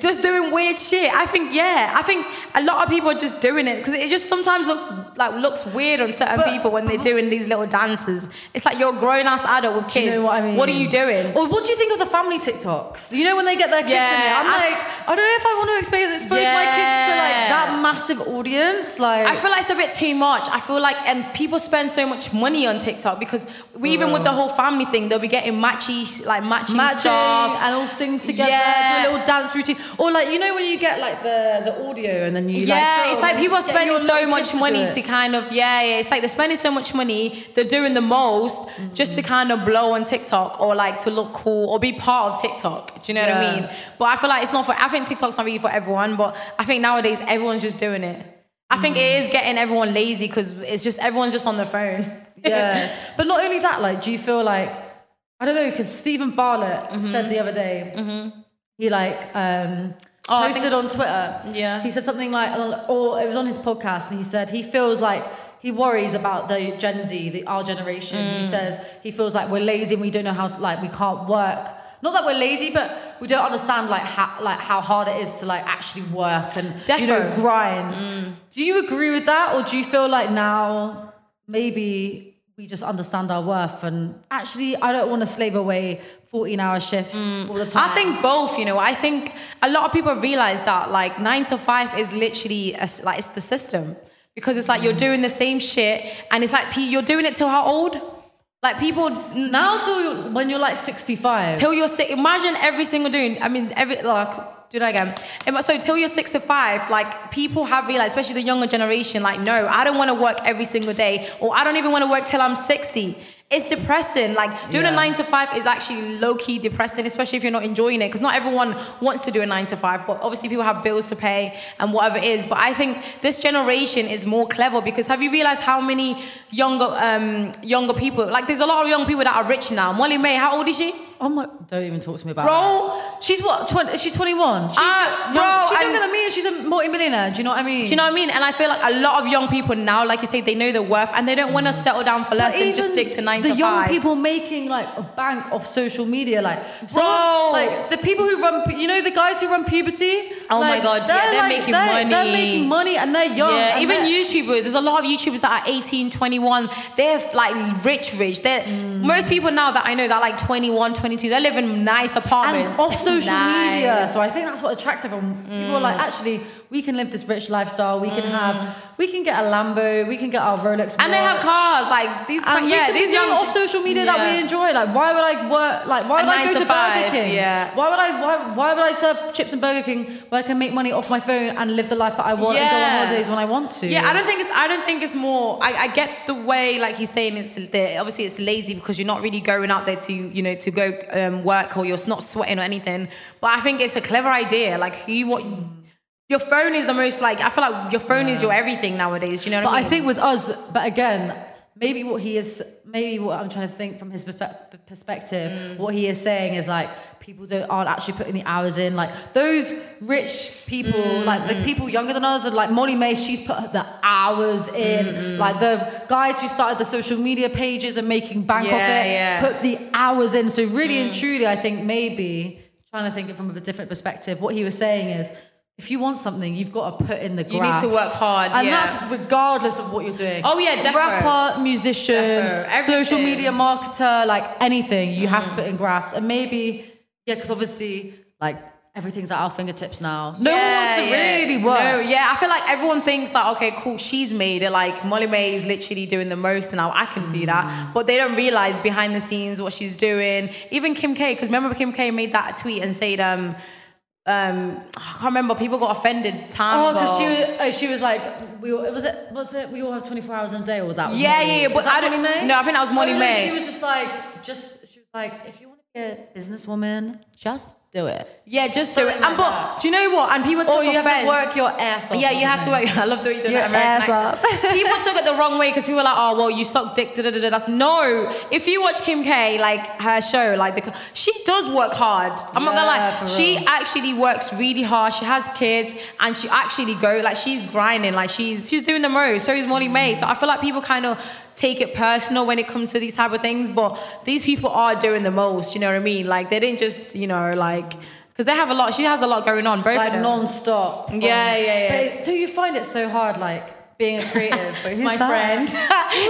S1: just doing weird shit. I think yeah, I think a lot of people are just doing it because it just sometimes look like looks weird on certain
S2: But-
S1: people when they're doing these little dances. It's like you're a grown ass adult with kids.
S2: You know what I mean?
S1: are you doing?
S2: Or what do you think of the family TikToks? You know when they get their kids in there?
S1: Yeah,
S2: I'm
S1: I-
S2: like, I don't know if I want to expose, expose my kids to like
S1: Yeah.
S2: that massive audience. Like
S1: I feel like it's a bit too much. I feel like and people spend so much money on TikTok because we even with the
S2: Mm.
S1: whole family thing, they'll be getting matchy like matching,
S2: matching
S1: stuff.
S2: and all sing together,
S1: Yeah.
S2: do a little dance routine. Or like you know when you get like the, the audio and then you like
S1: yeah,
S2: film
S1: it's like
S2: and
S1: people are
S2: you get
S1: spending
S2: your
S1: so
S2: little kids
S1: much
S2: do
S1: money
S2: it.
S1: to kind of yeah, yeah. It's like they're spending so much money, they're doing the most just to
S2: Mm-hmm.
S1: kind of blow on TikTok or like to look cool or be part of TikTok. Do you know what
S2: Yeah.
S1: I mean? But I feel like it's not for. I think TikTok's not really for everyone, but I think nowadays everyone's just doing it. I think
S2: Mm.
S1: it is getting everyone lazy because it's just everyone's just on their phone.
S2: yeah. But not only that, like, do you feel like I don't know? Because Stephen Bartlett said
S1: Mm-hmm.
S2: the other day, he like um,
S1: Oh, I
S2: posted
S1: think-
S2: on Twitter.
S1: Yeah.
S2: he said something like, or it was on his podcast, and he said he feels like. He worries about the Gen Z, the our generation.
S1: Mm.
S2: He says he feels like we're lazy and we don't know how, like we can't work. Not that we're lazy, but we don't understand like how, like how hard it is to like actually work and you know
S1: Defo.
S2: grind.
S1: Mm.
S2: Do you agree with that, or do you feel like now maybe we just understand our worth and actually I don't want to slave away fourteen hour shifts all the time.
S1: Mm. I think both, you know. I think a lot of people realize that like nine to five is literally a s like it's the system because it's like you're
S2: Mm.
S1: doing the same shit and it's like P, you're doing it till how old? Like people now
S2: now till you're, when you're like sixty five.
S1: till you're sick. Imagine every single doing. I mean, every like do that again. Im- So till you're six to five, like people have realized, especially the younger generation, like no, I don't want to work every single day, or I don't even want to work till I'm sixty. It's depressing. Like doing a
S2: Yeah.
S1: nine to five is actually low key depressing, especially if you're not enjoying it. Because not everyone wants to do a nine to five, but obviously people have bills to pay and whatever it is. But I think this generation is more clever because have you realized how many younger um, younger people? Like there's a lot of young people that are rich now. Molly May, how old is she?
S2: oh my! Don't even talk to me about
S1: Bro,
S2: that. She's what? Twenty? She's twenty one. She's,
S1: Ah,
S2: young-
S1: bro,
S2: she's
S1: and-
S2: younger than me, and she's a multi-millionaire. Do you know what I mean?
S1: Do you know what I mean? And I feel like a lot of young people now, like you say, they know their worth and they don't want to settle down for less and just stick to nine
S2: the
S1: to
S2: young
S1: five.
S2: people making like a bank off social media, like
S1: Bro.
S2: someone, like the people who run, pu- you know, the guys who run puberty.
S1: Oh my
S2: Like,
S1: God, yeah, they're making money.
S2: They're making money and they're young.
S1: yeah,
S2: and
S1: even
S2: they're-
S1: YouTubers. There's a lot of YouTubers that are 18, 21. They're like rich, rich. They're
S2: Mm.
S1: most people now that I know that are like 21, 22. They live in nice apartments
S2: And off social
S1: Nice. Mm.
S2: media, so I think that's what attracts everyone. People are like, actually, we can live this rich lifestyle. We can have, we can get a Lambo. We can get our Rolex.
S1: and they have
S2: watch,
S1: cars. Like these,
S2: And
S1: yeah,
S2: we can
S1: these
S2: be doing
S1: young
S2: it off social media that we
S1: Yeah.
S2: enjoy. Like, why would I work? Like, why
S1: A
S2: would I
S1: nine
S2: go
S1: to
S2: to,
S1: five,
S2: Burger King?
S1: yeah.
S2: Why would I? Why, why would I serve chips and Burger King where I can make money off my phone and live the life that I want and go
S1: Yeah.
S2: on holidays when I want to?
S1: Yeah, I don't think it's. I don't think it's more. I, I get the way, like he's saying, it's the, obviously it's lazy because you're not really going out there to you know to go um, work or you're not sweating or anything. But I think it's a clever idea. Like you, what your phone is the most like. I feel like your phone is your everything nowadays. Do you know what
S2: But
S1: I
S2: I
S1: mean?
S2: think with us, but again, maybe what he is, maybe what I'm trying to think from his perspe- perspective,
S1: Mm.
S2: what he is saying is like people don't aren't actually putting the hours in. Like those rich people,
S1: Mm,
S2: like the people younger than us, and like Molly May, she's put the hours in.
S1: Mm,
S2: Like the guys who started the social media pages and making bank off
S1: Yeah,
S2: it,
S1: yeah. Mm.
S2: put the hours in. So really and truly, I think maybe trying to think it from a different perspective, what he was saying is. If you want something, you've got to put in the
S1: You need to
S2: graph.
S1: work hard,
S2: and
S1: yeah.
S2: that's regardless of what you're doing.
S1: Oh, yeah, defo.
S2: rapper, musician,
S1: Defo, everything.
S2: social media marketer, like anything, you have to put in graft. And maybe, yeah, because obviously, like everything's at our fingertips now. No one wants to
S1: Yeah, yeah.
S2: really work.
S1: No, yeah, I feel like everyone thinks like, okay, cool, she's made it. Like Molly May is literally doing the most now. I can do that,
S2: Mm.
S1: but they don't realize behind the scenes what she's doing. Even Kim K, because remember Kim K made that tweet and said, um, um, I can't remember. People got offended time
S2: Oh,
S1: ago.
S2: because she oh, she was like we all, was it was it we all have 24 hours in a day or that was
S1: Yeah,
S2: Molly.
S1: yeah, yeah, but
S2: was that
S1: I don't-
S2: Molly May?
S1: no, I think that was Molly
S2: oh,
S1: May.
S2: No, she was just like just she was like if you want to be a businesswoman just do it
S1: yeah, just do it.
S2: Something
S1: And
S2: like
S1: but
S2: that.
S1: do you know what? And people took
S2: or you
S1: offense.
S2: have to work your ass off
S1: Yeah, you
S2: or
S1: have to
S2: something.
S1: work. I love the way you do
S2: Your
S1: that American
S2: ass
S1: accent. People took it the wrong way because people were like, "Oh, well, you suck dick." Da, da, da, da. That's no. If you watch Kim K, like her show, like the she does work hard. I'm not gonna
S2: Yeah,
S1: lie.
S2: for
S1: She
S2: real.
S1: actually works really hard. She has kids, and she actually go like she's grinding. Like she's she's doing the most. So is Molly May. So I feel like people kind of take it personal when it comes to these type of things. But these people are doing the most. You know what I mean? Like they didn't just you know like because they have a lot. She has a lot going on. Both of
S2: like
S1: them.
S2: non-stop from-
S1: Yeah, yeah, yeah.
S2: but it- do you find it so hard like being a creative but who's
S1: my
S2: that?
S1: friend.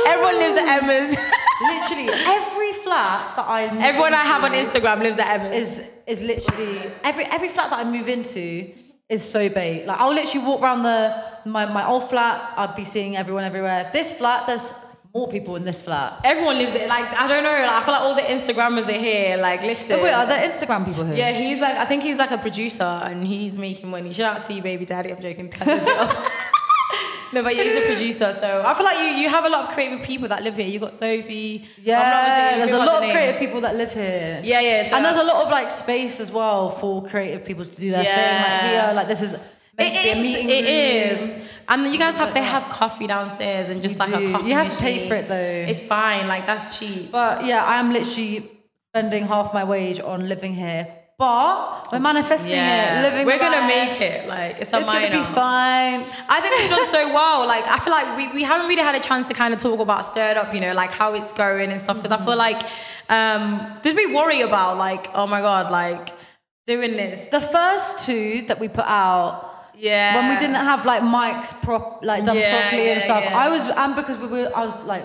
S1: Everyone lives at Emma's.
S2: literally every flat that I move
S1: Everyone I have on
S2: into
S1: Instagram lives at Emma's.
S2: is is literally every every flat that I move into is so bait. Like I'll literally walk around the my, my old flat, I'd be seeing everyone everywhere. This flat, there's more people in this flat.
S1: Everyone lives it. Like I don't know. Like, I feel like all the Instagrammers are here. Like listen.
S2: Oh, wait, are there Instagram people here?
S1: yeah, he's like I think he's like a producer and he's making money. Shout out to you, baby daddy. I'm joking. Cut this bit off. no, but he's a producer, so I feel like you you have a lot of creative people that live here. You got Sophie.
S2: Yeah,
S1: I'm not- was it-
S2: there's
S1: who
S2: a
S1: was the
S2: lot of
S1: name?
S2: creative people that live here.
S1: Yeah, yeah. So
S2: And there's a lot of like space as well for creative people to do their thing. Like
S1: Yeah.
S2: here, like this is meant to be a
S1: it is.
S2: meeting
S1: It
S2: room.
S1: is. And you guys have they have coffee downstairs and just
S2: You
S1: like
S2: do.
S1: a coffee.
S2: You have to pay
S1: machine.
S2: for it, though.
S1: It's fine. Like that's cheap.
S2: But yeah, I'm literally spending half my wage on living here. But we're manifesting it, living.
S1: We're
S2: the
S1: gonna make
S2: life.
S1: it. Like it's a
S2: It's
S1: minor.
S2: gonna be fine.
S1: I think we've done so well. Like I feel like we, we haven't really had a chance to kind of talk about stirred up, you know, like how it's going and stuff. Because I feel like um, did we worry about like oh my god, like doing this?
S2: The first two that we put out
S1: Yeah.
S2: when we didn't have like mics prop like done
S1: Uh, Yeah,
S2: properly and
S1: yeah,
S2: stuff.
S1: yeah.
S2: I was and because we were, I was like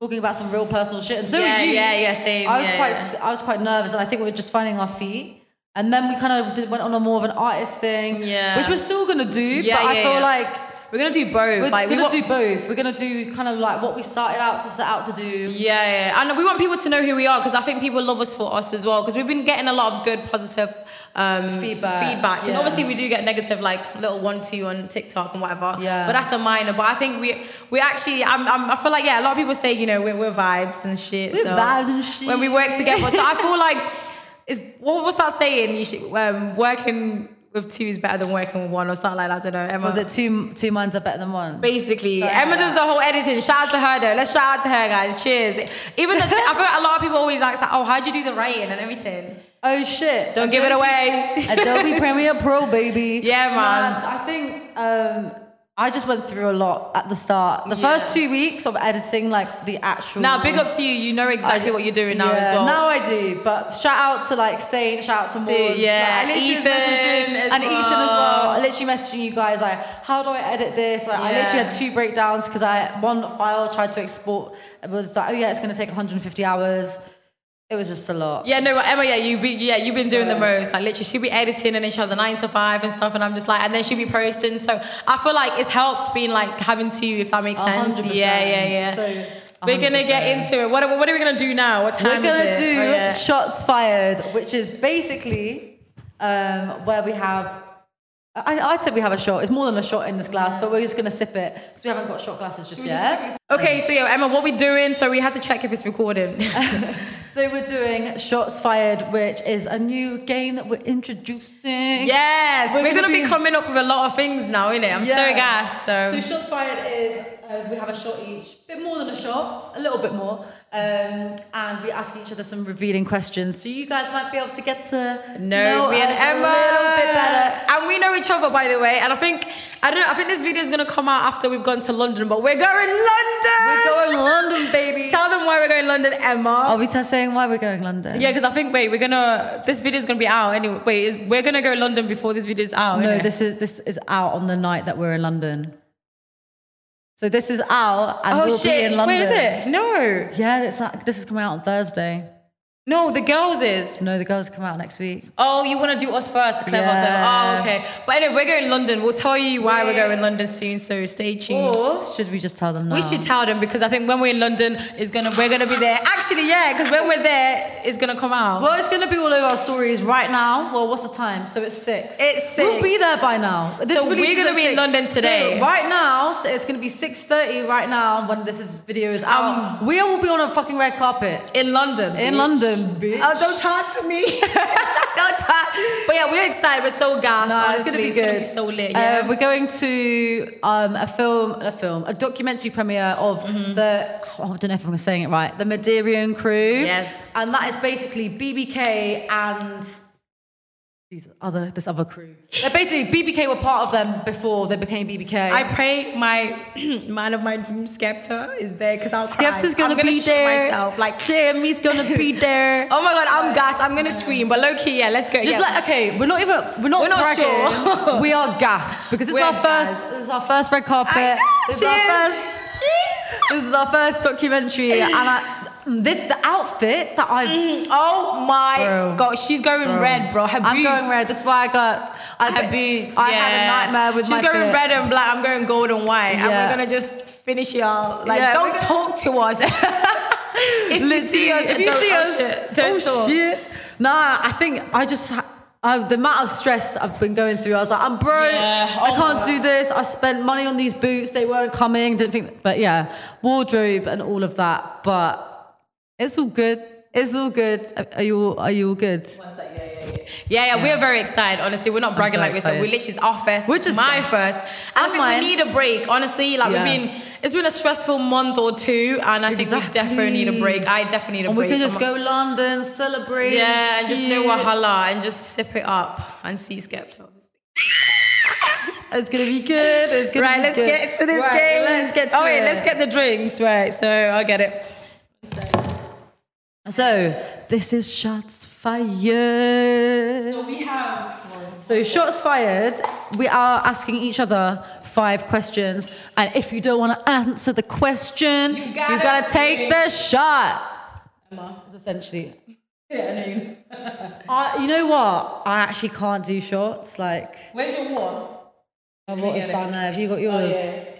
S2: talking about some real personal shit, and so
S1: yeah,
S2: were you.
S1: yeah, yeah, same.
S2: I was
S1: yeah,
S2: quite
S1: yeah.
S2: I was quite nervous, and I think we were just finding our feet. And then we kind of did, went on a more of an artist thing,
S1: Yeah.
S2: which we're still gonna do.
S1: Yeah,
S2: but I
S1: yeah,
S2: feel
S1: yeah.
S2: like
S1: We're gonna do both.
S2: We're
S1: like we
S2: gonna
S1: want,
S2: do both. We're gonna do kind of like what we started out to set out to do.
S1: Yeah, yeah, and we want people to know who we are because I think people love us for us as well because we've been getting a lot of good positive um,
S2: Feedback,
S1: feedback. And
S2: yeah.
S1: obviously we do get negative like little one two on TikTok and whatever.
S2: Yeah.
S1: but that's a minor. But I think we we actually I'm, I'm, I feel like yeah a lot of people say you know we're, we're vibes and shit.
S2: We're
S1: so
S2: vibes and shit.
S1: when we work together. So I feel like is what was that saying? You should um, working with two is better than working with one or something like that. I don't know. Emma.
S2: Was it two two minds are better than one?
S1: Basically,
S2: Sorry
S1: Emma
S2: about
S1: does the whole editing. Shout out to her though. Let's shout out to her, guys. Cheers. Even though I feel like a lot of people always ask, like, "Oh, how'd you do the writing and everything?"
S2: Oh shit!
S1: Don't give it away.
S2: Adobe Premiere Pro, baby.
S1: Yeah, man.
S2: I think um, I just went through a lot at the start. The
S1: Yeah.
S2: first two weeks of editing, like the actual.
S1: Now, big up to you. You know exactly
S2: I-
S1: what you're doing now
S2: Yeah,
S1: as well.
S2: Now I do, but shout out to like Saint, shout out to Morgan,
S1: yeah,
S2: like, I literally was
S1: Ethan
S2: messaging-
S1: as
S2: and Ethan as well.
S1: well.
S2: I literally messaging you guys like, how do I edit this? Like, I
S1: Yeah.
S2: literally had two breakdowns because I one file tried to export. It was like, oh yeah, it's gonna take 150 hours. It was just a lot.
S1: yeah, no, but Emma, yeah, you be, yeah, you've been doing the most. Like literally, she'll be editing and then she has a nine to five and stuff, and I'm just like, and then she'll be posting. So I feel like it's helped being like having two, if that makes sense.
S2: 100%.
S1: Yeah, yeah, yeah.
S2: So,
S1: We're gonna get
S2: 100%.
S1: into it. What, are- what are we gonna do now? What time
S2: We're gonna
S1: is it?
S2: do
S1: Oh, yeah.
S2: shots fired, which is basically um, where we have. I, I'd say we have a shot. It's more than a shot in this glass, but we're just gonna sip it because we haven't got shot glasses just yet.
S1: Okay, so yeah, Emma, what we doing? So we had to check if it's recording.
S2: So we're doing shots fired, which is a new game that we're introducing.
S1: yes, we're,
S2: We're
S1: gonna,
S2: gonna
S1: be
S2: do-
S1: coming up with a lot of things now, innit? I'm
S2: Yeah.
S1: so gassed. So,
S2: So shots fired is uh, we have a shot each, a bit more than a shot, a little bit more, um, and we ask each other some revealing questions. So you guys might be able to get to
S1: no, me and
S2: us
S1: Emma,
S2: a little bit better.
S1: and we know each other, by the way. And I think I don't know. I think this video is gonna come out after we've gone to London, but we're going London.
S2: We're going London, baby. Oh.
S1: Tell them why we're going London, Emma.
S2: Are we t- saying why we're going London?
S1: Yeah, because I think wait, we're gonna this video's gonna be out anyway. Wait, is, we're gonna go London before this video's out.
S2: No,
S1: innit?
S2: this is this is out on the night that we're in London. So this is out, and
S1: Oh
S2: we'll
S1: shit!
S2: be in London.
S1: Where is it? No.
S2: Yeah, it's, this is coming out on Thursday.
S1: No, the girls is.
S2: No, the girls come out next week.
S1: Oh, you want to do us first, the clever,
S2: Yeah.
S1: clever. Oh, okay. But anyway, we're going to London. We'll tell you why we're
S2: Yeah.
S1: going to London soon, so stay tuned.
S2: Or should we just tell them now?
S1: We should tell them because I think when we're in London, it's gonna we're gonna be there. Actually, yeah, because when we're there, it's gonna come out.
S2: Well, it's going to be all over our stories right now. Well, what's the time? So it's six.
S1: It's
S2: We'll
S1: six.
S2: be there by now. This
S1: So
S2: release
S1: we're
S2: is
S1: gonna
S2: at
S1: be in
S2: six.
S1: London today.
S2: So right now, so it's going to be six thirty right now when this is, video is out. we all will be on a fucking red carpet
S1: In London.
S2: in
S1: bitch.
S2: London. Bitch.
S1: Oh, don't talk to me. don't talk. But yeah, we're excited. We're so gassed.
S2: No,
S1: honestly.
S2: it's gonna be
S1: It's gonna be Um,
S2: good.
S1: so lit.
S2: Uh,
S1: Yeah.
S2: we're going to um, a film, a film, a documentary premiere of the. oh, I don't know if I'm saying it right. The Maderian Crew.
S1: Yes.
S2: And that is basically BBK and these other this other crew. They're basically BBK were part of them before they became BBK.
S1: I pray my man of my dream, Skepta, is there because I'll cry.
S2: Skepta's gonna,
S1: I'm gonna
S2: be
S1: shit
S2: there.
S1: myself. Like,
S2: Damn, he's gonna be there.
S1: oh my god, I'm gassed. I'm gonna scream. But low key, yeah, let's go.
S2: Just
S1: yeah.
S2: like okay, we're not even we're not,
S1: We're not
S2: bragging.
S1: sure.
S2: we are gassed because it's
S1: We're
S2: our first it's our first red carpet.
S1: I know,
S2: This is our
S1: cheers.
S2: first this is our first documentary, and I, this the outfit that I've.
S1: Oh my
S2: Bro.
S1: god, she's going red, bro. Her
S2: I'm
S1: boots.
S2: going red. That's why I got. I,
S1: Her boots.
S2: I
S1: yeah.
S2: had a nightmare with
S1: She's
S2: my.
S1: going
S2: fit.
S1: red and black. I'm going gold and white. And
S2: Yeah.
S1: we're gonna just finish y'all. Like,
S2: Yeah,
S1: don't
S2: we're
S1: talk to us. if you see us,
S2: if you
S1: don't,
S2: see
S1: oh,
S2: us,
S1: shit, don't
S2: oh,
S1: talk.
S2: shit. Nah, I think I just. ha- I, the amount of stress I've been going through, I was like, I'm broke.
S1: Yeah.
S2: I
S1: Oh,
S2: can't do this. I spent money on these boots. They weren't coming. Didn't think, but yeah, wardrobe and all of that. But it's all good. It's all good. Are- Are you all, are you all good?
S1: Yeah, yeah, we're very excited. Honestly, we're not bragging
S2: so
S1: like we said.
S2: excited.
S1: We literally it's our first,
S2: We're just
S1: my
S2: gassed.
S1: first. And I
S2: I'm
S1: think
S2: mine.
S1: we need a break. Honestly, like
S2: Yeah.
S1: we've been, it's been a stressful month or two, and I think we definitely need a
S2: Exactly.
S1: break. I definitely need a
S2: And we
S1: break.
S2: can
S1: I'm
S2: just go London, celebrate.
S1: Yeah, and just know
S2: shit.
S1: what halal and just sip it up and see Skepta.
S2: It's gonna be good. It's gonna
S1: Right,
S2: be
S1: let's
S2: good.
S1: get to this
S2: Right,
S1: game.
S2: Let's get to
S1: oh, wait,
S2: it.
S1: let's get the drinks. Right, so I'll get it.
S2: So this is shots fired.
S1: So we have.
S2: So shots fired. We are asking each other five questions, and if you don't want to answer the question,
S1: You
S2: you
S1: gotta
S2: gotta, take
S1: drink.
S2: the shot.
S1: Emma.
S2: It's essentially.
S1: Yeah, I know.
S2: I, you know what? I actually can't do shots. Like,
S1: Where's your water?
S2: my water's down there. Have you got yours?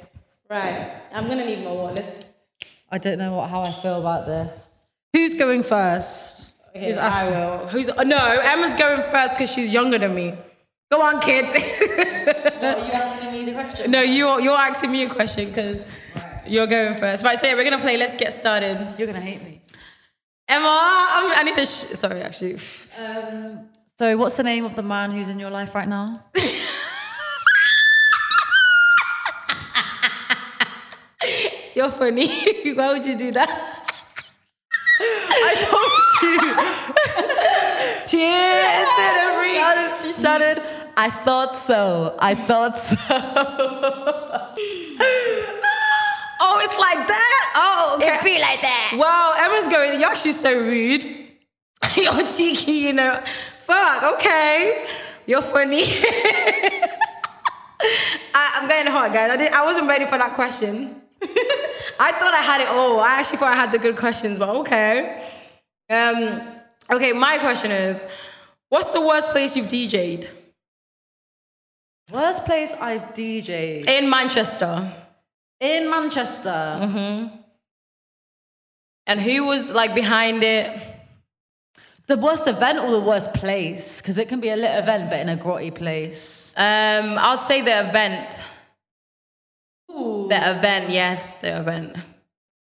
S1: Right, I'm gonna need my water. Let's,
S2: I don't know what, how I feel about this. Who's going first? Who's asking?
S1: will. Who's? oh, No, Emma's going first because she's younger than me. Go on, kid.
S2: Are you asking me the question?
S1: no, you're you're asking me a question because you're going first. Right, so yeah, we're gonna play. Let's get started.
S2: You're gonna hate me.
S1: Emma, I'm, I need to. Sh- Sorry, actually.
S2: Um, so, what's the name of the man who's in your life right now?
S1: You're funny. Why would you do that?
S2: Cheers
S1: to the freak.
S2: She shouted, I thought so. I thought so.
S1: Oh, it's like that. Oh, okay.
S3: It be like that.
S1: Wow, Emma's going. You're actually so rude. you're cheeky, you know. Fuck. Okay, you're funny. I, I'm going hard, guys. I didn't. I wasn't ready for that question. I thought I had it all. I actually thought I had the good questions, but okay. Um. Okay, my question is, what's the worst place you've DJ'd
S2: Worst place I've DJed
S1: in Manchester?
S2: in Manchester.
S1: And who was like behind it?
S2: The worst event or the worst place? Because it can be a lit event, but in a grotty place.
S1: Um, I'll say the event. The event, yes, the event.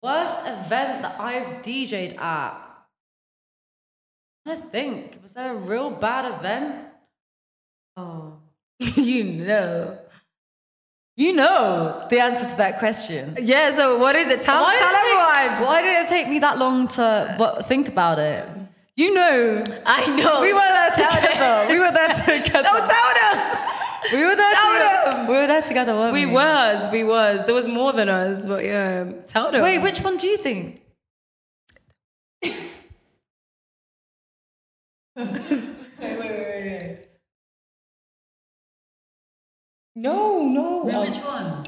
S2: Worst event that I've DJed at. I think was there a real bad event? Oh,
S1: you know.
S2: you know the answer to that question.
S1: Yeah, so what is it? Tell,
S2: Why
S1: tell
S2: did it take-
S1: everyone.
S2: Why did it take me that long to what, think about it? You know,
S1: I know.
S2: we were there
S1: Tell them.
S2: together. We were there together.
S1: So tell them.
S2: we were there
S1: tell
S2: together.
S1: them.
S2: We were there together, weren't we?
S1: We was, we was. There was more than us, but yeah. um, Tell them.
S2: Wait, which one do you think?
S1: No, no.
S2: which one?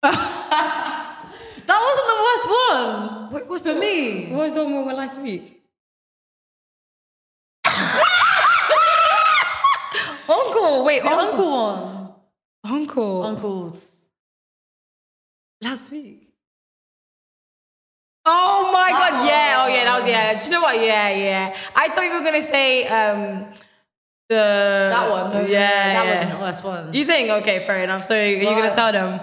S2: that wasn't the worst last one.
S1: What was
S2: For me.
S1: What was the one we were last week? uncle, wait,
S2: The
S1: uncle.
S2: uncle one.
S1: uncle,
S2: Uncles.
S1: last week. Oh my god, yeah, oh yeah, that was yeah. Do you know what? Yeah, yeah. I thought you were gonna say um the
S4: That one, no, no, no,
S1: yeah,
S2: that
S1: yeah.
S2: wasn't the last one.
S1: You think? Okay, fair enough. So are you
S2: Right.
S1: gonna tell them?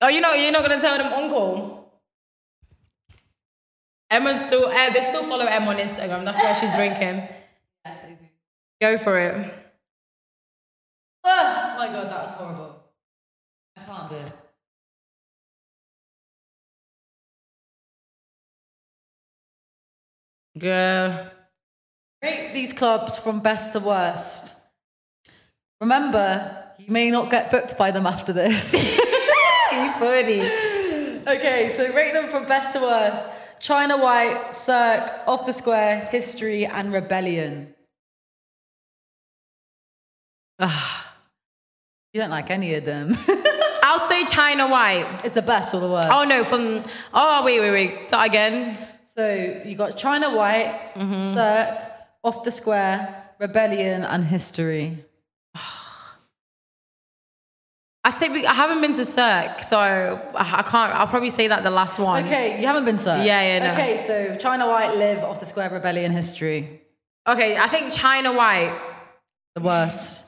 S1: Oh, you know, you're not gonna tell them uncle. Emma's still. Uh, they still follow Emma on Instagram. That's why she's drinking. Go for it.
S2: oh my god, that was horrible. I can't do it.
S1: Girl.
S2: Rate these clubs from best to worst. Remember, you may not get booked by them after this.
S1: You funny.
S2: okay, so rate them from best to worst. China White, Cirque, Off the Square, History, and Rebellion.
S1: Ugh.
S2: Ah, You don't like any of them.
S1: I'll say China White.
S2: it's the best or the worst.
S1: Oh no, from. Oh wait, wait, wait. Start again.
S2: So you got China White,
S1: Mm-hmm.
S2: Cirque, Off the Square, Rebellion, and History.
S1: I say we- I haven't been to Cirque, so I I can't. I'll probably say that the last one.
S2: Okay, you haven't been Cirque.
S1: Yeah, yeah, no.
S2: Okay, so China White, Live, Off the Square, Rebellion, History.
S1: Okay. I think China White.
S2: The worst.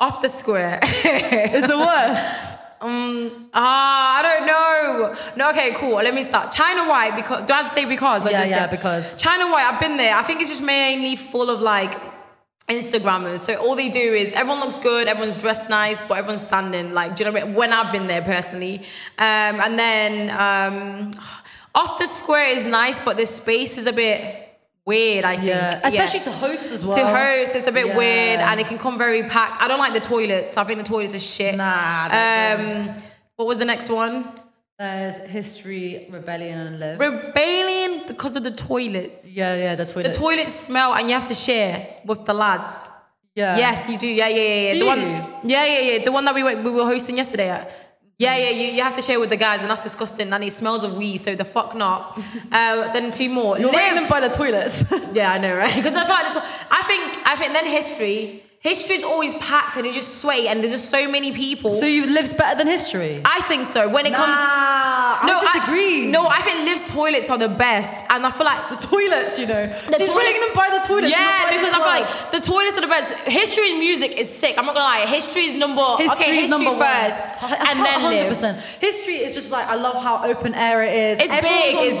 S1: Off the square.
S2: It's the worst.
S1: Um, ah, I don't know. No, okay, cool. Let me start. China White because do I have to say because? I
S2: Yeah,
S1: just,
S2: yeah, because.
S1: China White. I've been there. I think it's just mainly full of like Instagrammers. So all they do is everyone looks good, everyone's dressed nice, but everyone's standing. Like, do you know what I mean? When I've been there personally, um, and then um, off the square is nice, but the space is a bit weird. I think,
S2: Yeah, especially to host as well.
S1: to host, it's a bit
S2: Yeah.
S1: weird and it can come very packed. I don't like the toilets. I think the toilets are shit.
S2: Nah, I
S1: Um, what was the next one?
S2: There's history, rebellion, and live.
S1: Rebellion because of the toilets.
S2: yeah, yeah, the toilet.
S1: The toilets smell and you have to share with the lads.
S2: yeah.
S1: Yes, you do. Yeah, yeah, yeah. yeah.
S2: Uh, Do
S1: the one,
S2: you?
S1: yeah, yeah, yeah. The one that we went, we were hosting yesterday at. Yeah, yeah. You, you have to share with the guys, and that's disgusting. And it smells of wee, so the fuck not. uh, then two more.
S2: You're
S1: Live-
S2: rating them by the toilets.
S1: Yeah, I know, right? Because I feel like the to- I think I think then history. History's always packed and it's just sway and there's just so many people.
S2: so you lives better than history.
S1: I think so. When it comes,
S2: I disagree.
S1: no, I think Liv's toilets are the best, and I feel like.
S2: the toilets, you know. She's
S1: toilets-
S2: rating them by the toilets. not
S1: yeah,
S2: by the
S1: because I feel
S2: club.
S1: like the toilets are the best. History and music is sick. I'm not gonna lie. History is number okay.
S2: History
S1: History
S2: is number one.
S1: first, and then Liv.
S2: 100%. History is just like I love how open air it is.
S1: It's big.
S2: Everyone's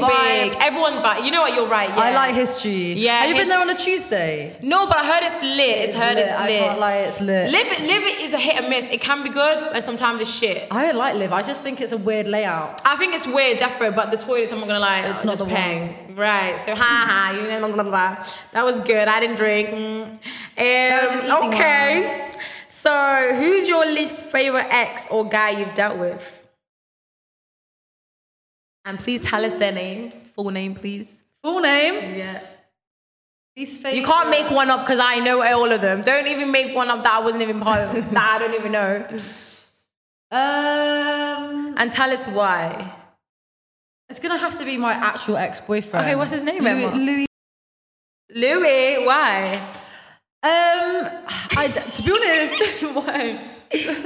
S1: It's
S2: on
S1: big.
S2: vibes.
S1: Everyone's back. You know what? You're right. Yeah.
S2: I like history.
S1: Yeah,
S2: Have you been
S1: his-
S2: there on a Tuesday?
S1: No, but I heard it's lit. It's, heard it's
S2: I
S1: lit.
S2: can't lie, it's lit.
S1: Live it, live it is a hit and miss. It can be good, and sometimes it's shit.
S2: I don't like live. I just think it's a weird layout.
S1: I think it's weird, definitely, but the toilets, I'm not gonna lie,
S2: It's
S1: it's
S2: not
S1: not just
S2: the one.
S1: paying. Right, so ha ha, you know, blah, blah, blah. That was good. I didn't drink. Mm.
S2: was an easy
S1: Um, okay, so who's your least favorite ex or guy you've dealt with? And please tell us their name, full name, please.
S2: Full name.
S1: Yeah.
S2: These faces.
S1: You can't make one up because I know all of them. Don't even make one up that I wasn't even part of, that I don't even know.
S2: Um,
S1: And tell us why.
S2: it's gonna have to be my actual ex-boyfriend.
S1: Okay, what's his name,
S2: Louis,
S1: Emma?
S2: Louis.
S1: Louis, why?
S2: Um, I, to be honest, why?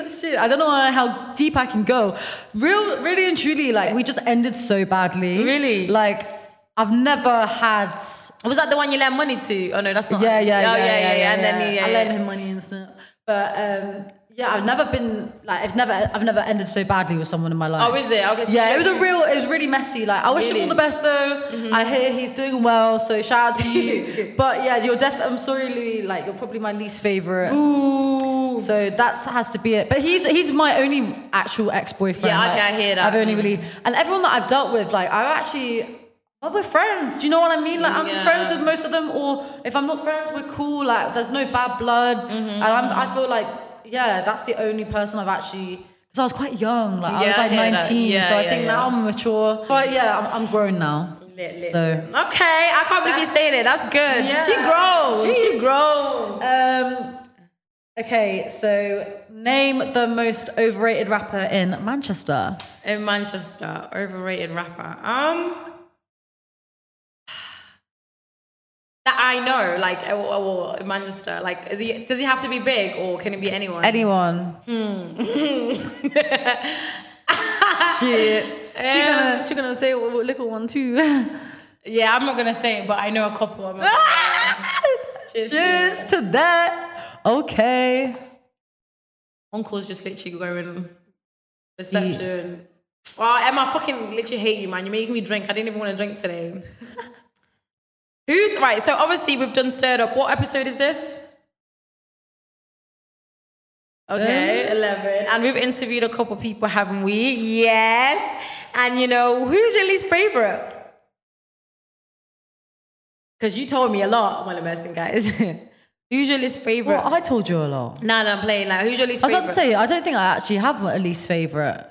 S2: Shit, I don't know how deep I can go. Real, really and truly, like we just ended so badly.
S1: Really?
S2: Like I've never had.
S1: Was that the one you lent money to? Oh no, that's not.
S2: Yeah, yeah,
S1: it.
S2: yeah,
S1: oh, yeah, yeah, And then yeah,
S2: I
S1: yeah.
S2: lent him money and stuff. But um, yeah, I've never been like I've never I've never ended so badly with someone in my life.
S1: Oh, is it? Okay. So
S2: Yeah, it was a real, it was really messy. Like, I wish him
S1: Really? Mm-hmm.
S2: all the best though. I hear he's doing well, so shout out to you. but yeah, you're def. I'm sorry, Louis. Like, you're probably my least favorite.
S1: Ooh.
S2: So that has to be it. But he's he's my only actual ex boyfriend.
S1: Yeah, okay,
S2: Like,
S1: I hear that.
S2: I've only
S1: Mm.
S2: really and everyone that I've dealt with, like I've actually. Well, we're friends. Do you know what I mean? Like I'm
S1: Yeah.
S2: friends with most of them, or if I'm not friends, we're cool. Like there's no bad blood,
S1: Mm-hmm,
S2: and I'm, I feel like yeah, that's the only person I've actually. Because I was quite young, like I
S1: Yeah,
S2: was
S1: I
S2: like
S1: hear that.
S2: 19,
S1: Yeah,
S2: so I
S1: yeah,
S2: think
S1: yeah.
S2: now I'm mature. But yeah, I'm, I'm grown now. so
S1: Okay, I can't believe you saying it. That's good.
S2: Yeah.
S1: She grown. She
S2: Jeez.
S1: grown.
S2: Um, Okay, so name the most overrated rapper in Manchester.
S1: in Manchester, overrated rapper. Um, that I know, like, oh, oh, oh, in Manchester, like, is he? Does he have to be big, or can it be anyone?
S2: Anyone?
S1: Hmm.
S2: Shit.
S1: Um,
S2: She gonna she gonna say "Oh, little one too.
S1: yeah, I'm not gonna say it, but I know a couple. I'm gonna- Cheers.
S2: Cheers to that. Okay.
S1: Uncle's just literally going reception. Oh, Emma, I fucking literally hate you, man. You're making me drink. I didn't even want to drink today. Who's right? So obviously we've done stirred up. What episode is this? Okay, eleven. And we've interviewed a couple people, haven't we? Yes. And you know, who's your least favorite? Because you told me a lot when I'm messing, guys. who's your least favorite?
S2: Well, I told you a lot.
S1: No, no, I'm playing. Like, who's your least
S2: I was
S1: favorite?
S2: about to say, I don't think I actually have a least favorite.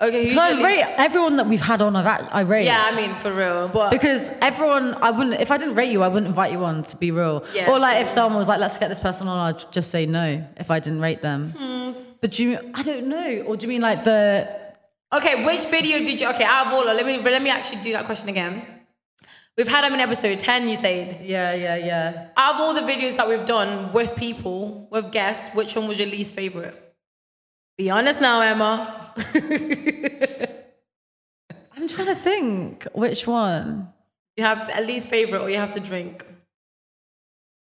S1: Okay, who's your
S2: Because I
S1: least?
S2: rate everyone that we've had on, I've act- I rate.
S1: Yeah, I mean for real, but
S2: Because everyone, I wouldn't, if I didn't rate you, I wouldn't invite you on, to be real.
S1: Yeah,
S2: or like
S1: true.
S2: if someone was like, let's get this person on, I'd just say no if I didn't rate them.
S1: Hmm.
S2: But do you, I don't know. Or do you mean like the,
S1: okay, which video did you? Okay, out of all, let me let me actually do that question again. We've had them in episode ten. You said
S2: yeah, yeah, yeah.
S1: out of all the videos that we've done with people, with guests, which one was your least favorite? Be honest now, Emma.
S2: I'm trying to think which one.
S1: You have to, at least favorite, or you have to drink.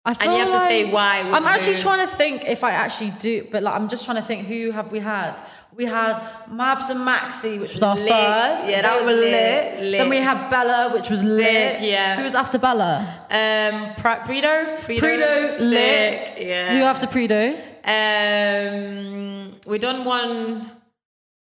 S2: I feel
S1: you have to
S2: like-
S1: say why would
S2: I'm actually
S1: you-
S2: trying to think if I actually do, but like I'm just trying to think who have we had. We had Mabs and Maxi, which was our
S1: Lit.
S2: first.
S1: Yeah, that
S2: They
S1: was
S2: were
S1: lit, lit.
S2: Then we had Bella, which was lit.
S1: Sick, yeah.
S2: Who was after Bella?
S1: Um, Pra- Predo, Predo,
S2: Predo, lit.
S1: Sick, Yeah.
S2: Who after Predo?
S1: Um, we done one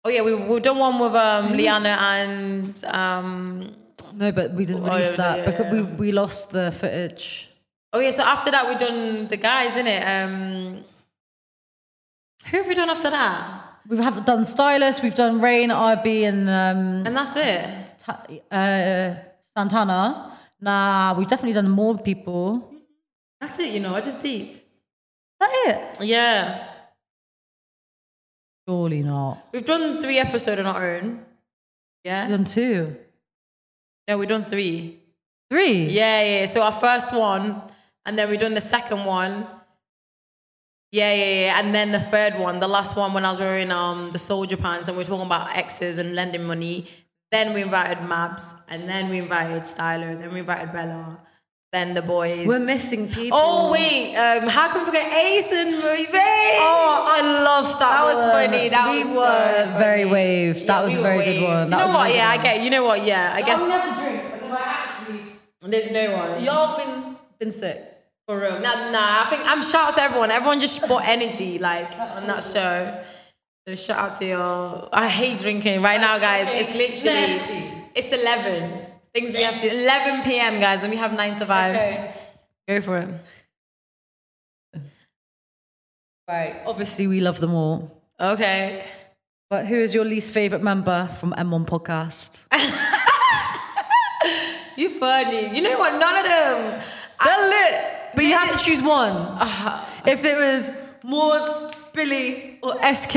S1: oh yeah, we we done one with um Liana and um.
S2: No, but we didn't
S1: Oh, yeah,
S2: release that
S1: yeah,
S2: because we we lost the footage.
S1: Oh yeah, so after that we done the guys, innit? Um, who have we done after that?
S2: We have done Stylus, we've done Rain, RB, and um,
S1: And that's it.
S2: Ta- uh, Santana. Nah, we've definitely done more people. Is
S1: That's it. You know, I just deeped.
S2: that it?
S1: Yeah,
S2: Surely not.
S1: we've done three episodes on our own.
S2: We've
S1: Yeah.
S2: done two,
S1: No, we've done three.
S2: three.
S1: Yeah, yeah. So our first one, and then we done the second one. Yeah, yeah, yeah. And then the third one, the last one when I was wearing um the soldier pants and we were talking about exes and lending money. Then we invited Mabs, and then we invited Styler, then we invited Bella, then the boys.
S2: We're missing people.
S1: oh wait, um, how can we forget Ace and Marie Bay?
S2: Oh, I love that.
S1: That was
S2: one.
S1: funny, that
S2: we
S1: was so
S2: were very
S1: funny.
S2: waved. that
S1: Yeah,
S2: was
S1: we
S2: a
S1: were
S2: very
S1: waved.
S2: good one.
S1: Do
S2: That
S1: you know
S2: was a
S1: what?
S2: very
S1: Yeah, I
S2: good
S1: get. You know what? Yeah, I guess
S2: never drink because I actually
S1: there's no one.
S2: y'all been been sick.
S1: For real. Nah, nah, I think I'm shout out to everyone. Everyone just brought energy like on that show. So shout out to y'all. I hate drinking right now, guys. It's literally
S2: nasty.
S1: it's eleven. Things we have to eleven PM guys and we have nine survives. Go for it.
S2: Right. Obviously, we love them all.
S1: Okay.
S2: But who is your least favorite member from M1 podcast?
S1: You funny. You know what? None of them.
S2: They're lit, but you have to choose one. If it was Maud, Billy, or SK,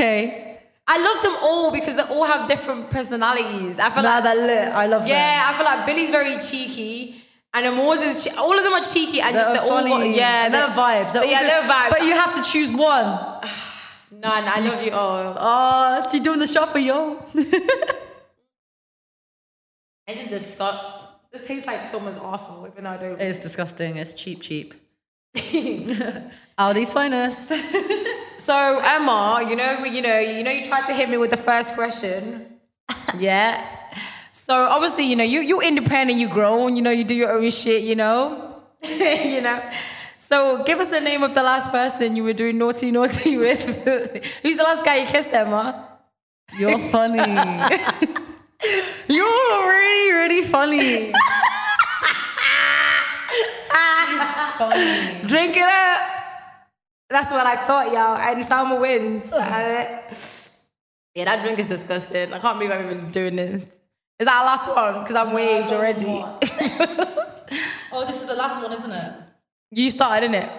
S1: I love them all because they all have different personalities. I feel
S2: nah,
S1: like
S2: they're lit. I love them.
S1: Yeah, I feel like Billy's very cheeky. And Amores is che- all of them are cheeky and just
S2: They're
S1: they're all
S2: funny.
S1: got, yeah
S2: And they're vibes.
S1: So
S2: They're all
S1: yeah,
S2: good.
S1: they're vibes.
S2: But you have to choose one.
S1: None. I love you all.
S2: Oh, she doing the shopper, yo.
S1: This is the Scott. This tastes like someone's asshole, even though I don't.
S2: It's disgusting. It's cheap, cheap. Aldi's finest.
S1: So Emma, you know, you know, you know, you tried to hit me with the first question. yeah. So obviously, you know, you you independent, you grown, you know, you do your own shit, you know, you know. So give us the name of the last person you were doing naughty naughty with. Who's the last guy you kissed, Emma?
S2: You're funny. You're really, really funny.
S1: Drink it up. That's what I thought, y'all. And Salma wins. Uh, yeah, that drink is disgusting. I can't believe I'm even doing this. Is that our last one? Because I'm waved already.
S2: Oh, this is the last one, isn't it?
S1: You started, innit?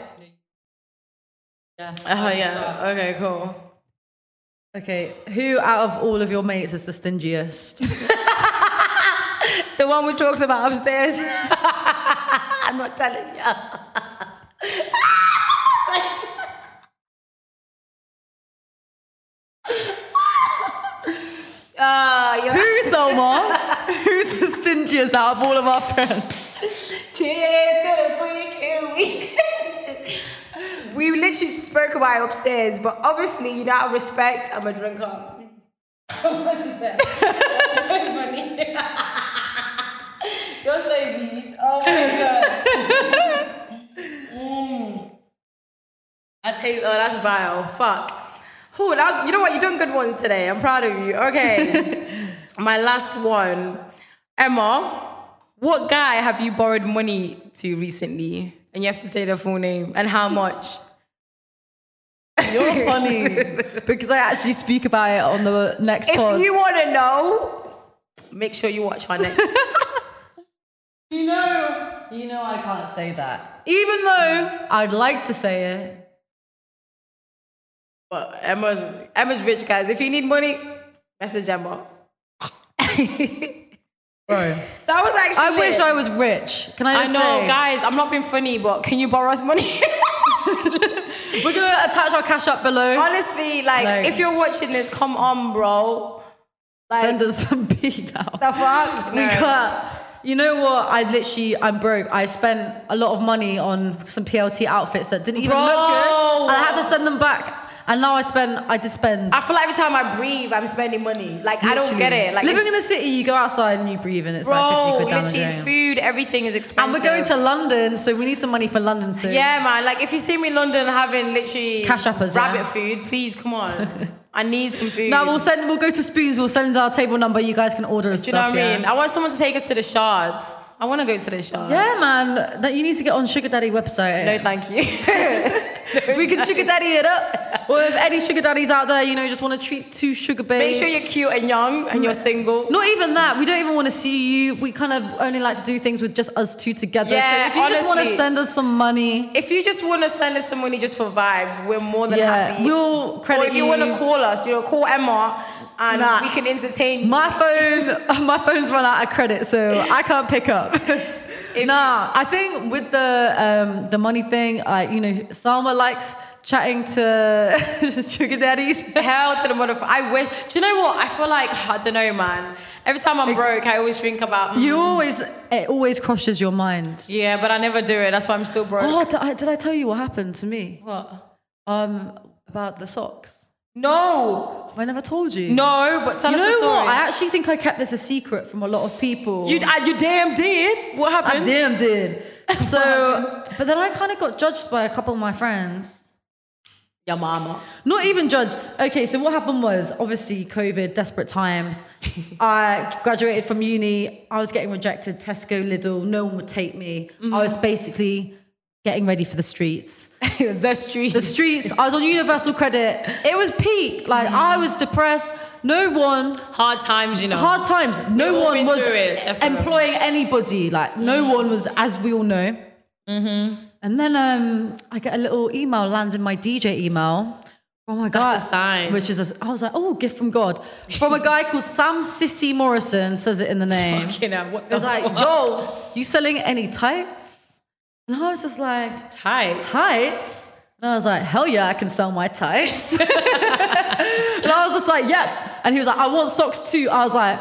S2: Yeah.
S5: Uh-huh,
S1: Oh yeah. Okay. Cool.
S2: Okay, who out of all of your mates is the stingiest?
S5: The one we talked about upstairs. I'm not telling you. Uh, you're
S2: Who's someone? Who's the stingiest out of all of our friends?
S5: Cheer to the freaking weekend. we literally spoke about it upstairs, but obviously, you know, out of respect, I'm a drinker. What's this there? That's so funny. You're so beach. Oh my god.
S1: Mm. I taste. Oh, that's vile. Fuck. Who? That was. You know what? You're doing good ones today. I'm proud of you. Okay. My last one, Emma. What guy have you borrowed money to recently? And you have to say their full name and how much.
S2: You're funny because I actually speak about it on the next.
S5: If
S2: pod.
S5: you want to know,
S1: Make sure you watch our next.
S2: You know, you know I can't say that. Even though I'd like to say it.
S1: but Emma's Emma's rich, guys. If you need money, message Emma.
S2: Bro.
S5: that was actually.
S2: I wish
S5: lit.
S2: I was rich. Can I
S1: I
S2: just
S1: know,
S2: say,
S1: guys. I'm not being funny, but can you borrow us money?
S2: We're going to attach our cash up below.
S1: Honestly, like,
S2: Like-
S1: if you're watching this, come on, bro. Like,
S2: Send us some B now.
S1: the fuck?
S2: we
S1: No.
S2: got. You know what? I literally, I'm broke. I spent a lot of money on some PLT outfits that didn't even
S1: Bro.
S2: look good. And I had to send them back. And now I spend, I did spend.
S1: I feel like every time I breathe, I'm spending money. Like I don't get it. Like
S2: living
S1: it's-
S2: in the city, you go outside and you breathe, and it's like 50
S1: bro,
S2: quid down the
S1: literally
S2: drain.
S1: food, everything is
S2: And
S1: expensive.
S2: we're going to London, so we need some money for London soon.
S1: yeah, man. Like if you see me in London having literally
S2: Cash uppers, yeah.
S1: rabbit food, please come on. I need some food.
S2: Now we'll send. We'll go to Spoons. We'll send our table number. You guys can order and
S1: Do you know
S2: stuff.
S1: what I mean?
S2: Yeah.
S1: I want someone to take us to the shard. I want to go to the shard.
S2: yeah, man. That you need to get on Sugar Daddy website.
S1: No, thank you.
S2: we can Sugar Daddy it up. Or if any Sugar Daddies out there, you know, just want to treat two sugar
S1: Make
S2: babes.
S1: sure you're cute and young and you're single.
S2: Not even that. We don't even want to see you. We kind of only like to do things with just us two together. so
S1: Yeah,
S2: if you just want to
S1: honestly.
S2: send us some money,
S1: If you just want to send us some money just for vibes, we're more than
S2: yeah,
S1: happy.
S2: we'll
S1: or
S2: credit
S1: if you, want to call us, you know, call Emma and
S2: Nah.
S1: we can entertain. you.
S2: My phone, my phone's run out of credit, so I can't pick up. nah, I think with the um, the money thing, I you know, Salma likes chatting to sugar daddies.
S1: Hell to the motherfucker. I wish. Do you know what? I feel like, I don't know, man. Every time I'm broke, I always think about, mm,
S2: You always, it always crosses your mind.
S1: yeah, but I never do it. That's why I'm still broke.
S2: Oh, did I, did I tell you what happened to me?
S1: What?
S2: Um, about the socks.
S1: No.
S2: Have I never told you?
S1: No, but tell
S2: You
S1: us the
S2: know
S1: story.
S2: what? I uh, actually think I kept this a secret from a lot of people.
S1: you, I, you damn did. What
S2: I
S1: happened?
S2: damn did. So, but then I kind of got judged by a couple of my friends.
S1: Your mama.
S2: Not even judged. Okay, so what happened was obviously COVID, desperate times. I graduated from uni. I was getting rejected. Tesco, Lidl, no one would take me. I
S1: Mm-hmm.
S2: was basically getting ready for the streets.
S1: the street.
S2: The streets. I was on universal credit. It was peak. Like I
S1: Mm.
S2: was depressed. No one.
S1: Hard times, you know.
S2: Hard times. No
S1: We've all
S2: one
S1: been
S2: was
S1: through it, definitely. Mm-hmm.
S2: employing anybody. Like no one was, as we all know. And then um, I get a little email land in my DJ email. Oh my god!
S1: a sign.
S2: Which is, a, I was like, oh, gift from God, from a guy called Sam Sissy Morrison. Says it in the name.
S1: You know, what
S2: I
S1: the
S2: was like,
S1: fuck?
S2: yo, you selling any tights? And I was just like,
S1: Tight.
S2: tights. And I was like, hell yeah, I can sell my tights. and I was just like, yeah. And he was like, I want socks too. I was like,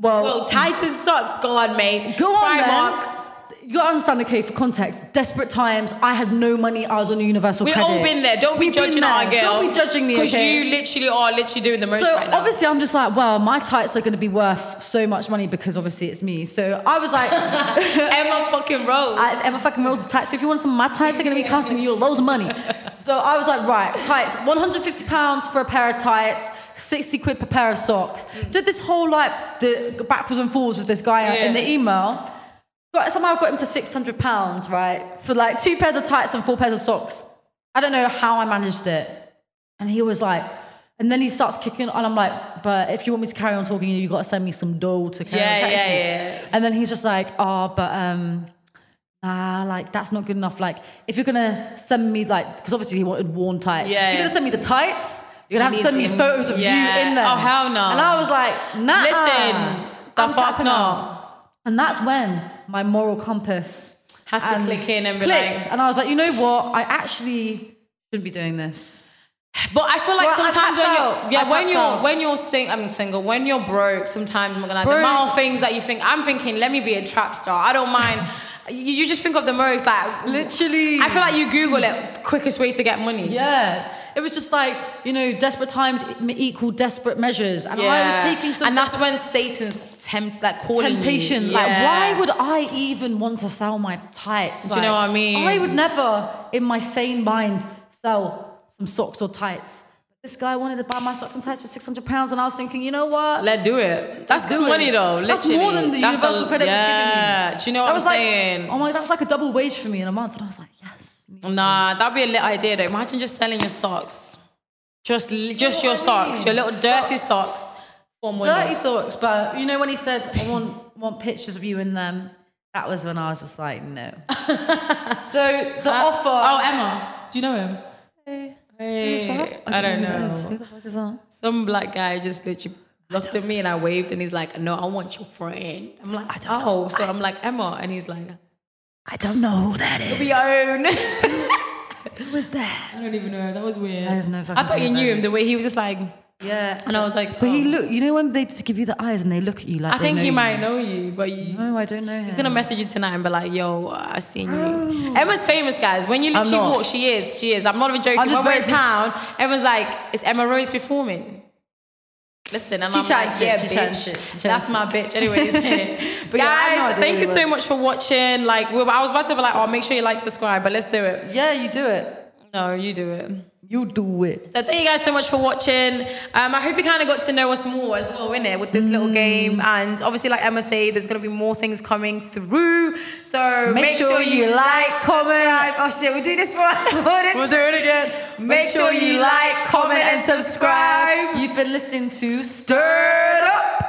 S2: well,
S1: Well, tight and socks. Go on, mate.
S2: go on,
S1: Primark.
S2: then. You gotta understand, okay, for context, desperate times, I had no money, I was on universal
S1: We've
S2: credit.
S1: all been there. Don't be
S2: We've been
S1: judging our
S2: there.
S1: girl.
S2: Don't be judging me,
S1: Because
S2: okay?
S1: you literally are literally doing the most
S2: So
S1: right now.
S2: obviously, I'm just like, well, my tights are gonna be worth so much money because obviously it's me. So I was like,
S1: Emma fucking Rose.
S2: I, and my fucking rolls are tight. So if you want some of my tights, they're gonna be costing you loads of money. So I was like, right, tights, 150 pounds for a pair of tights, 60 quid per pair of socks. Did this whole like the backwards and forwards with this guy in the email. Got somehow got him to 600 pounds, right, for like two pairs of tights and four pairs of socks. I don't know how I managed it. And he was like, and then he starts kicking, and I'm like, but if you want me to carry on talking, you got to send me some dough to carry
S1: Yeah,
S2: on. chatting
S1: yeah,
S2: to you."
S1: yeah.
S2: And then he's just like, oh, but "Ah, um, ah, like that's not good enough. Like if you're gonna send me like, because obviously he wanted worn tights.
S1: Yeah,
S2: If you're
S1: yeah.
S2: gonna send me the tights. You're gonna have to
S1: need
S2: send me
S1: them.
S2: photos of you
S1: Yeah.
S2: in there.
S1: Oh, hell no.
S2: And I was like, nah.
S1: Listen, the
S2: I'm
S1: fuck
S2: tapping
S1: not.
S2: out. And that's when my moral compass
S1: Had to click in and be
S2: clicked.
S1: like-
S2: and I was like, you know what? I actually shouldn't be doing this.
S1: But I feel like
S2: I- I
S1: sometimes when
S2: tapped
S1: you're
S2: out. I
S1: yeah when
S2: tapped
S1: you're
S2: out.
S1: when you're sing I'm single when you're broke sometimes I'm gonna the
S2: Broke.
S1: amount of things that you think I'm thinking let me be a trap star I don't mind you, you just think of the most like
S2: Literally.
S1: I feel like you Google it quickest ways to get money
S2: Yeah. It was just like, you know, desperate times m- equal desperate measures. And I was taking some
S1: and that's when Satan's tempt like calling you.
S2: temptation.
S1: Yeah.
S2: Like, why would I even want to sell my tights?
S1: Do you know
S2: Like,
S1: what I mean?
S2: I would never, in my sane mind, sell some socks or tights. This guy wanted to buy my socks and tights for six hundred pounds, and I was thinking, you know what?
S1: Let do it. That's
S2: do
S1: good
S2: it.
S1: money though. Literally.
S2: That's more than the
S1: That's
S2: universal
S1: a-
S2: credit was giving me.
S1: yeah. Do you know
S2: that
S1: what
S2: was
S1: I'm saying?
S2: like, oh my, that's like a double wage for me in a month, and I was like, yes.
S1: Nah, that'd be a lit idea though. Imagine just selling your socks. Just li- just your
S2: what I
S1: socks,
S2: mean?
S1: your little dirty socks. For money.
S2: Dirty socks, but you know when he said, "I want want pictures of you in them," that was when I was just like, no. so the offer.
S1: Oh, Emma. Do you know him?
S2: Who's that?
S1: Hey, I don't
S2: who that is.
S1: know.
S2: Who the fuck is that?
S1: Some black guy just literally looked at me and I waved and he's like, No, I want your friend. I'm like, Oh, so I'm like, Emma. And he's like,
S2: I don't know who that is.
S1: Your own.
S2: Who is that?
S1: I don't even know. That was weird.
S2: I have no fucking
S1: I thought
S2: clue
S1: you
S2: what
S1: knew
S2: that
S1: him the way he was just like,
S2: Yeah.
S1: and I was like,
S2: But he
S1: oh.
S2: look. You know when they just give you the eyes and they look at you like.
S1: I
S2: they
S1: think
S2: know
S1: he
S2: you.
S1: might know you, but you,
S2: No, I don't know him.
S1: he's gonna message you tonight and be like, "Yo, I seen you." Emma's famous, guys. When you literally
S2: Oh. not.
S1: walk, she is, she is. I'm not even joking.
S2: I'm
S1: When
S2: just
S1: we're in
S2: waiting.
S1: town, everyone's like, "Is Emma Rose performing?" Listen, and
S2: She
S1: I'm
S2: chatting
S1: like,
S2: shit,
S1: "Yeah,
S2: she chatting
S1: bitch,
S2: shit, she chatting
S1: that's my bitch." Anyways,
S2: But
S1: but
S2: yeah, I had
S1: guys,
S2: no idea
S1: thank
S2: who
S1: you
S2: he
S1: so
S2: was.
S1: much for watching. Like, we, I was about to be like, "Oh, make sure you like, subscribe," but let's do it.
S2: Yeah, you do it.
S1: No, you do it.
S2: You do it.
S1: So thank you guys so much for watching. Um, I hope you kind of got to know us more as well, innit, with this
S2: Mm.
S1: little game. And obviously, like Emma said, there's gonna be more things coming through. So
S2: Make
S1: make,
S2: sure you like,
S1: subscribe. Oh shit, we do this for our
S2: We'll
S1: audience.
S2: do it again.
S1: Make sure you like, comment, and subscribe.
S2: You've been listening to Stirred Up.